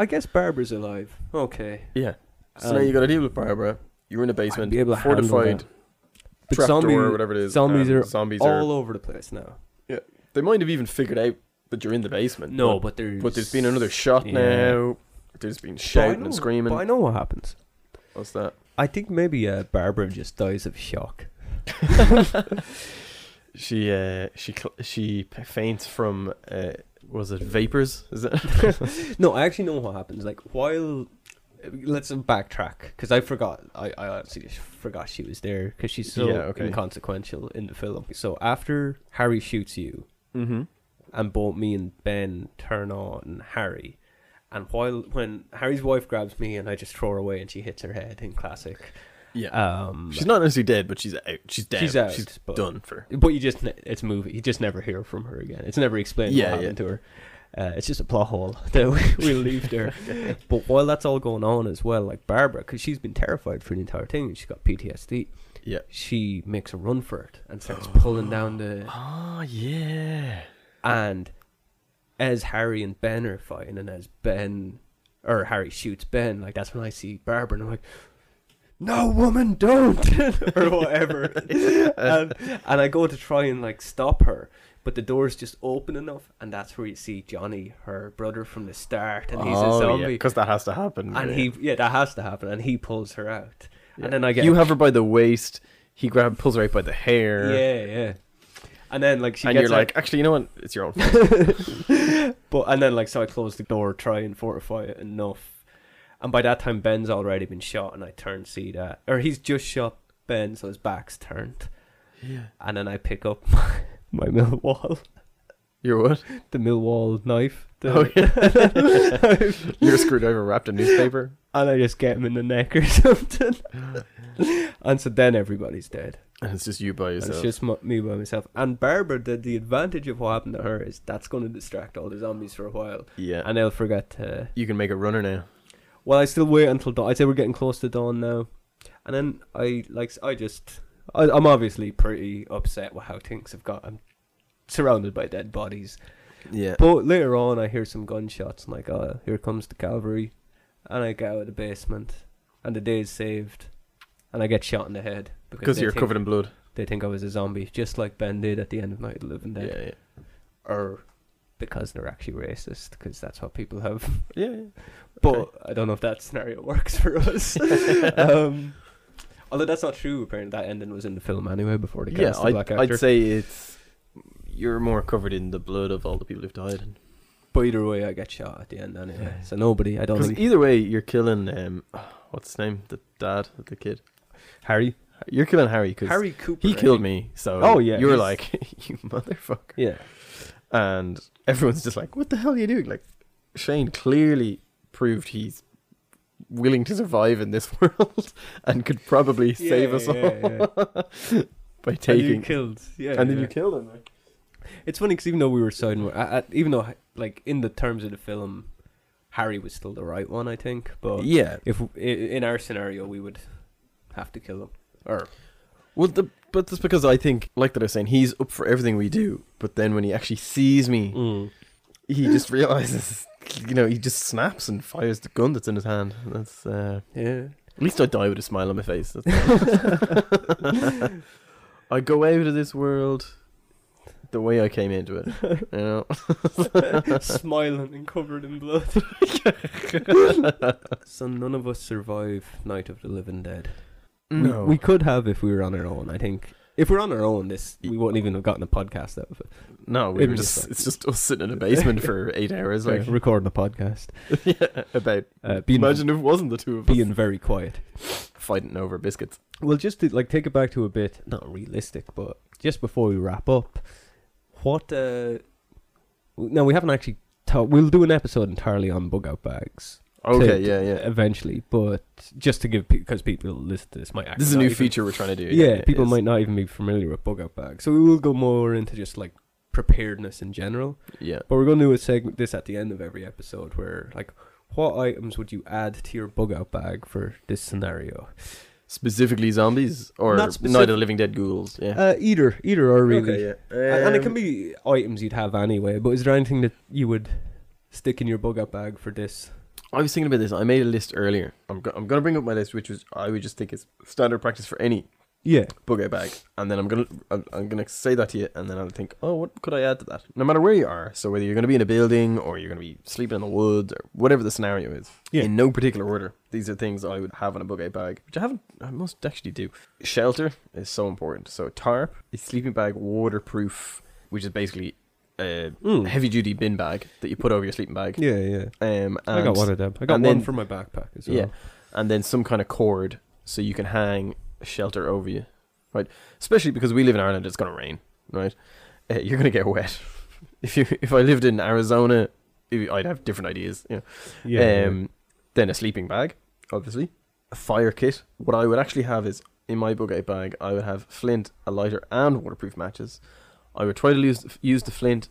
I guess Barbara's alive. Okay. Yeah. So now Um, you got to deal with Barbara. You're in a basement, I'd be able to handle fortified, that. But trapdoor, zombie- or whatever it is. zombies um, are zombies are all over the place now. They might have even figured out that you're in the basement. No, but, but there's but there's been another shot Yeah. now. There's been shouting and screaming. But I know what happens. What's that? I think maybe uh, Barbara just dies of shock. She uh, she cl- she p- faints from uh, was it vapors? Is it? No, I actually know what happens. Like while, let's backtrack because I forgot. I I honestly just forgot she was there because she's so Yeah, okay. inconsequential in the film. So after Harry shoots you, mm-hmm. and both me and Ben turn on Harry. And while when Harry's wife grabs me and I just throw her away and she hits her head in classic. Yeah. Um, she's not necessarily dead, but she's out. She's dead. She's out, but- done for. but you just ne- it's movie. You just never hear from her again. It's never explained Yeah, what yeah. happened to her. Uh, it's just a plot hole that we- we leave there. but while that's all going on as well, like Barbara, because she's been terrified for the entire thing, she's got PTSD. Yeah. She makes a run for it and starts pulling down the Oh yeah. and as Harry and Ben are fighting, and as Ben or Harry shoots Ben, like that's when I see Barbara, and I'm like, "No, woman, don't," or whatever. and, and I go to try and like stop her, but the door's just open enough, and that's where you see Johnny, her brother from the start, and he's a oh yeah. zombie, Because that has to happen. and yeah. he yeah, that has to happen, and he pulls her out, and then I get you have her by the waist. He grab pulls her out by the hair. yeah yeah. And then, like, she And gets you're out- like, actually, you know what? It's your own fault. But and then like so I close the door, try and fortify it enough. And by that time Ben's already been shot and I turn see that. Or he's just shot Ben, so his back's turned. Yeah. And then I pick up my, my mill wall Your what? the Millwall knife. The, Oh, yeah. Your screwdriver wrapped in newspaper. and I just get him in the neck or something. and so then everybody's dead. And it's just you by And yourself. it's just mu- me by myself. And Barbara, the, the advantage of what happened to her is that's going to distract all the zombies for a while. yeah. And they'll forget to. you can make a runner now. Well, I still wait until dawn. I'd say we're getting close to dawn now. And then I, like, I just. I, I'm obviously pretty upset with how things have got. I'm surrounded by dead bodies. Yeah. But later on, I hear some gunshots, and I go, "Oh, here comes the cavalry. And I get out of the basement, and the day is saved, and I get shot in the head. Because they you're think- covered in blood. They think I was a zombie, just like Ben did at the end of Night of the Living Dead. Yeah, yeah. Or because they're actually racist, because that's what people have. Yeah, yeah. But I don't know if that scenario works for us. um, although that's not true, apparently. That ending was in the film anyway, before they yeah cast the black I'd, actor. I'd say it's. You're more covered in the blood of all the people who've died. But either way, I get shot at the end anyway. So nobody, I don't Because think. either way, you're killing. Um, what's his name? The dad of the kid. Harry? You're killing Harry because Harry Cooper. he I killed think. me. So Oh, yeah, you were he's- like, you motherfucker. Yeah. and everyone's just like, "What the hell are you doing?" Like, Shane clearly proved he's willing to survive in this world and could probably save us all by And you taking. killed. Yeah. and then yeah. you killed him. Like. It's funny because even though we were siding, with- I, I, even though like in the terms of the film, Harry was still the right one, I think. But Yeah. if i- in our scenario we would have to kill him, or Well, the, but that's because I think, like that I was saying, he's up for everything we do. But then when he actually sees me, he just realizes, you know, he just snaps and fires the gun that's in his hand. That's uh, yeah, At least I die with a smile on my face. That's all. I go out of this world the way I came into it. You know? smiling and covered in blood. so none of us survive Night of the Living Dead. Mm, We, we could have if we were on our own. I think if we're on our own, this we wouldn't even have gotten a podcast out of it. no, we It were was just, just like- it's just us sitting in a basement for eight hours, like recording a podcast, yeah, about. uh, being Imagine if it wasn't the two of us being very quiet. fighting over biscuits. Well, just to like take it back to a bit, not realistic, but just before we wrap up, what? uh No, we haven't actually. Ta- we'll do an episode entirely on bug out bags. to- to- Okay, yeah, yeah. Eventually, but just to give because people listen to this might. Actually This is a new not even- feature we're trying to do. Yeah, it people is. might not even be familiar with bug out bags, so we will go more into just like preparedness in general. Yeah, But we're going to do a segment this at the end of every episode where like. What items would you add to your bug out bag for this scenario? specifically zombies or Not Night of the specific- Living Dead ghouls. Yeah, Uh, either, either or really. yeah. Um, And- and it can be items you'd have anyway, but is there anything that you would stick in your bug out bag for this? I was thinking about this. I made a list earlier. I'm, go- I'm going to bring up my list, which was I would just think is standard practice for any Yeah. bug out bag, and then I'm gonna I'm, I'm gonna say that to you, and then I'll think, oh, what could I add to that? No matter where you are, so whether you're gonna be in a building or you're gonna be sleeping in the woods or whatever the scenario is, Yeah. in no particular order, these are things I would have in a bug out bag, which I haven't. I must actually do. Shelter is so important. So a tarp, a sleeping bag, waterproof, which is basically a Mm. heavy duty bin bag that you put over your sleeping bag. Yeah, yeah. Um, and I got one of them. I got and one then- for my backpack as well. yeah, and then some kind of cord so you can hang a shelter over you, right? Especially because we live in Ireland, it's gonna rain, right? Uh, you're gonna get wet. if you if I lived in Arizona, i- I'd have different ideas. You know. um, Then a sleeping bag, obviously, a fire kit. What I would actually have is in my bug out bag, I would have flint, a lighter, and waterproof matches. I would try to use use the flint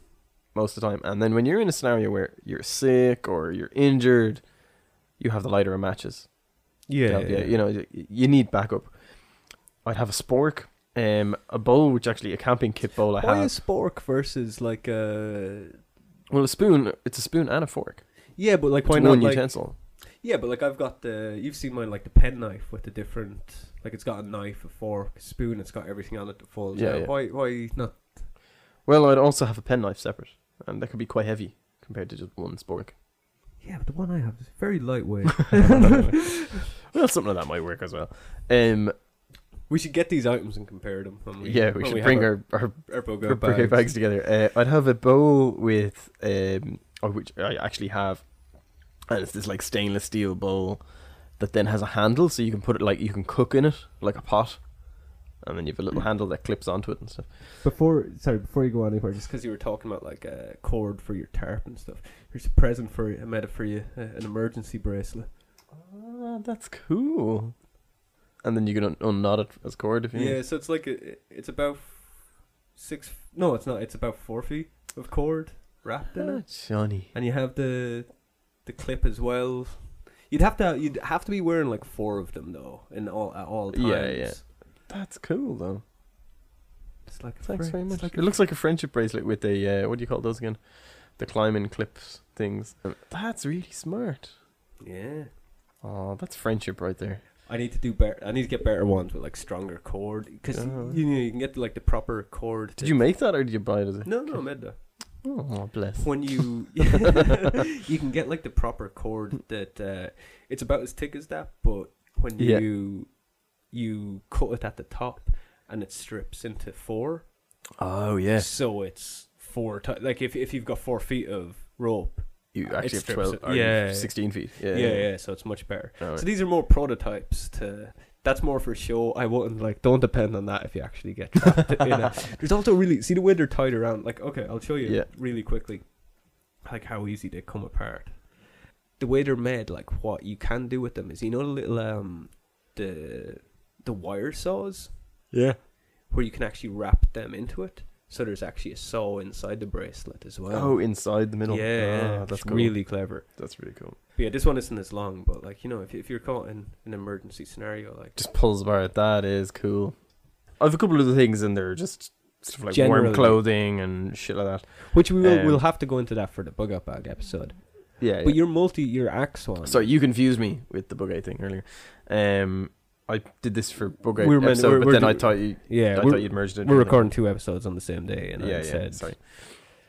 most of the time, and then when you're in a scenario where you're sick or you're injured, you have the lighter and matches yeah, to yeah, help you. You know, y- you need backup. I'd have a spork, um, a bowl, which actually a camping kit bowl I Why have. a spork versus like a Well, a spoon. It's a spoon and a fork. yeah, but like It's why one not like utensil. yeah, but like I've got the you've seen mine like the pen knife with the different like it's got a knife, a fork, a spoon, it's got everything on it that folds Yeah, out. yeah. Why why not? Well, I'd also have a penknife separate, and that could be quite heavy compared to just one spork. Yeah, but the one I have is very lightweight. Well, something like that might work as well. Um, we should get these items and compare them. When we, yeah, we when should have bring our, our, our our bug our out bags. bags. bags together. Uh, I'd have a bowl with, um, or which I actually have, and it's this like stainless steel bowl that then has a handle, so you can put it like you can cook in it, like a pot, and then you have a little handle that clips onto it and stuff. Before sorry, before you go anywhere, just because you were talking about like a cord for your tarp and stuff. Here's a present for you. I made it for you, uh, an emergency bracelet. Ah, that's cool. And then you can un- unknot it as cord if you Yeah, need. so it's like a, it's about six. No, it's not. It's about four feet of cord wrapped in it, Ah, Johnny. and you have the the clip as well. You'd have to you'd have to be wearing like four of them though, in all at all times. Yeah, yeah. That's cool though. It's like a Thanks fri- it's very much. like a it looks like a friendship bracelet with a uh, what do you call those again? The climbing clips things. That's really smart. Yeah. Oh, that's friendship right there. I need to do better. I need to get better ones with like stronger cord because Oh. you know you can get like the proper cord. Did you make that or did you buy it? As a... No, no, Medda. Oh, bless. When you you can get like the proper cord that uh, it's about as thick as that, but when Yeah. you you cut it at the top and it strips into four, Oh yeah. so it's four. T- like if if you've got four feet of rope, You It actually have strips twelve. it. Or Yeah. Sixteen feet. Yeah. yeah, yeah, so it's much better. Alright. So these are more prototypes to. That's more for show. I wouldn't like. Don't depend on that if you actually get trapped in it. There's also really see the way they're tied around. Like okay, I'll show you Yeah. really quickly, like how easy they come apart. The way they're made, like what you can do with them is you know the little um the the wire saws yeah. where you can actually wrap them into it. So there's actually a saw inside the bracelet as well. Oh, inside the middle. yeah, yeah, Ah, that's that's cool. really clever. That's really cool. But yeah, this one isn't as long, but like you know, if if you're caught in an emergency scenario, like Just pulls apart. That is cool. I've a couple of other things in there, just stuff like warm Generally. clothing and shit like that. Which we will Um, we'll have to go into that for the bug up bag episode. Yeah. yeah. But your multi your axe one. Sorry, you confused me with the bug eye thing earlier. Um, I did this for bug eye We were meant- episode, we're- but we're then I do- thought you, yeah, I we're, thought you'd merged it. we're in. recording two episodes on the same day, and yeah, I yeah. said Sorry,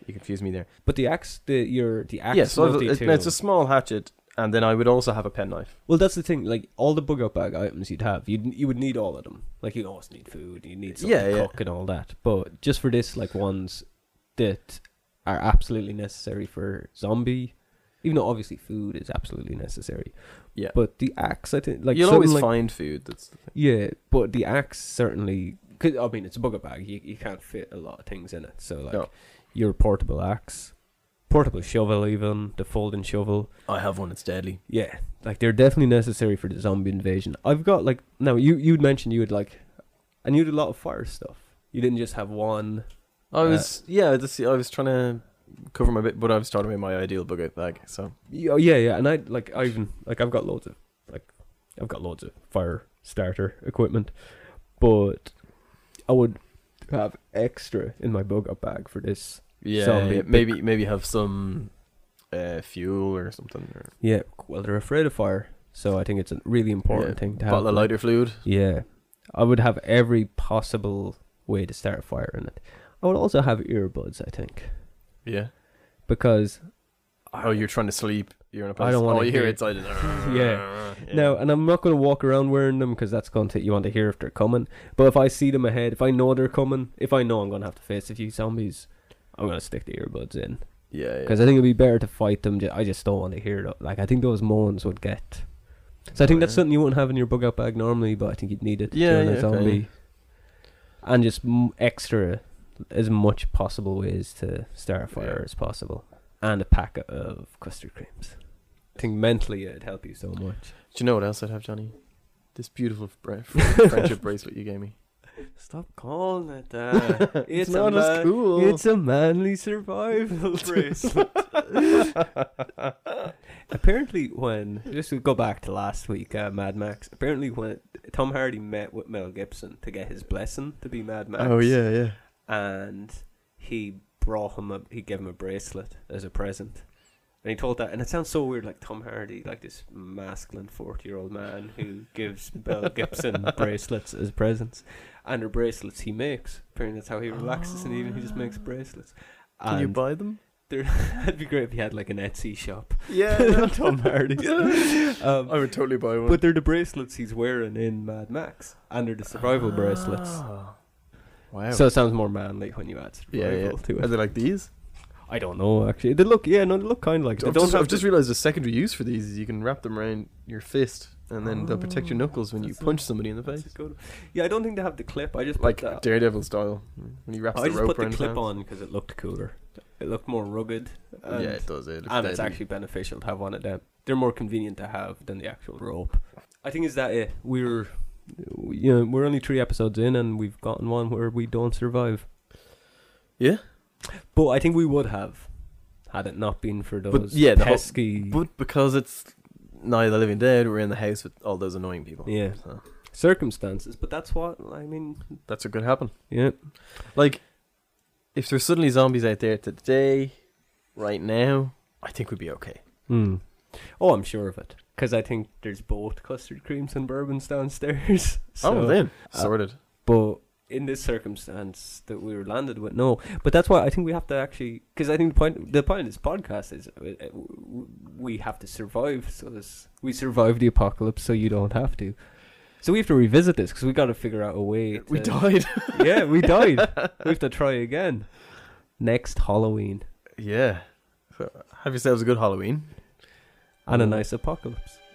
you confused me there. But the axe, the your the axe Yeah, so uh, I've- multi it- too. it's a small hatchet, and then I would also have a penknife. well, that's the thing. Like all the bug up bag items you'd have, you would you would need all of them. Like you always need food, you need something Yeah, to yeah. cook and all that. But just for this, like ones that are absolutely necessary for zombie. Even though obviously food is absolutely necessary, Yeah. But the axe, I think, like You'll always something like, find food. That's the thing. Yeah, but the axe certainly. Cause, I mean, it's a bugger bag. You, you can't fit a lot of things in it. So like No. your portable axe, portable shovel, even the folding shovel. I have one. It's deadly. Yeah, like they're definitely necessary for the zombie invasion. I've got like now you you'd mentioned you would like, and you had a lot of fire stuff. You didn't just have one. I Uh, was yeah. This, I was trying to cover my bit, but I was talking about my ideal bug out bag. So Yeah, oh, yeah, yeah. And I like I even like I've got loads of like I've got loads of fire starter equipment, but I would have extra in my bug up bag for this yeah, Zombie yeah, big- maybe maybe have some uh, fuel or something. Or, Yeah, well, they're afraid of fire, so I think it's a really important Yeah, thing to have. bottle of lighter fluid. Yeah, I would have every possible way to start a fire in it. I would also have earbuds, I think, Yeah. because Oh, you're trying to sleep. You're in a place. I don't wanna oh, you hear hear- it. Inside. Yeah. no, and I'm not going to walk around wearing them because that's going to you want to hear if they're coming. But if I see them ahead, if I know they're coming, if I know I'm going to have to face a few zombies, I'm going to stick the earbuds in Yeah. because I think it'd be better to fight them. ju- I just don't want to hear it. Like I think those moans would get. So I think that's something you wouldn't have in your bug out bag normally, but I think you'd need it Yeah, during yeah, a okay. zombie. And just m- extra, as much possible ways to start a fire Yeah. as possible, and a packet of custard creams. I think mentally it'd help you so much. Do you know what else I'd have, Johnny? This beautiful bra- fr- friendship bracelet you gave me. Stop calling it that. It's not as cool. It's a manly survival bracelet. apparently, when just to go back to last week, uh, Mad Max. Apparently, when Tom Hardy met with Mel Gibson to get his blessing to be Mad Max. Oh yeah, yeah. and he brought him a he gave him a bracelet as a present. And he told that, and it sounds so weird, like Tom Hardy, like this masculine forty-year-old man who gives Mel Gibson bracelets as presents, and her bracelets he makes. Apparently, that's how he relaxes and even he just makes bracelets. Ah. Can And you buy them? it'd be great if he had like an Etsy shop, Yeah, Tom Hardy. um, I would totally buy one. but they're the bracelets he's wearing in Mad Max, and they're the survival bracelets. Ah. Wow. So it sounds more manly when you add yeah, survival Ah. yeah. to it. Are they like these? I don't know actually. They look yeah, no, they look kind of like. They I've don't just, have I've just realized the secondary use for these is you can wrap them around your fist and then they'll protect your knuckles when you Oh, That's a- punch somebody in the That's face, a good one. Yeah, I don't think they have the clip. I just like put that. Daredevil style when he wraps I the just rope put the around his clip hands. on because it looked cooler. It looked more rugged. And, yeah, it does. It looks and it's deadly. actually beneficial to have one of them. They're more convenient to have than the actual rope. I think is that it. We're, we- you know, we're only three episodes in, and we've gotten one where we don't survive. yeah. But I think we would have, had it not been for those But yeah, the whole- pesky. But because it's Night of the Living Dead, we're in the house with all those annoying people. Yeah. So circumstances. But that's what I mean. that's what could happen. Yeah, Like, if there's suddenly zombies out there today, right now, I think we'd be okay. Hmm. Oh, I'm sure of it. Because I think there's both custard creams and bourbons downstairs. so- oh, then. uh, Sorted. But in this circumstance that we were landed with, no. But that's why I think we have to actually. Because I think the point, the point of this podcast is uh, uh, w- we have to survive. So this, we survive the apocalypse, so you don't have to. So we have to revisit this because we got to figure out a way. We to- died. Yeah, we died. we have to try again next Halloween yeah. So have yourselves a good Halloween. and a Mm. nice apocalypse.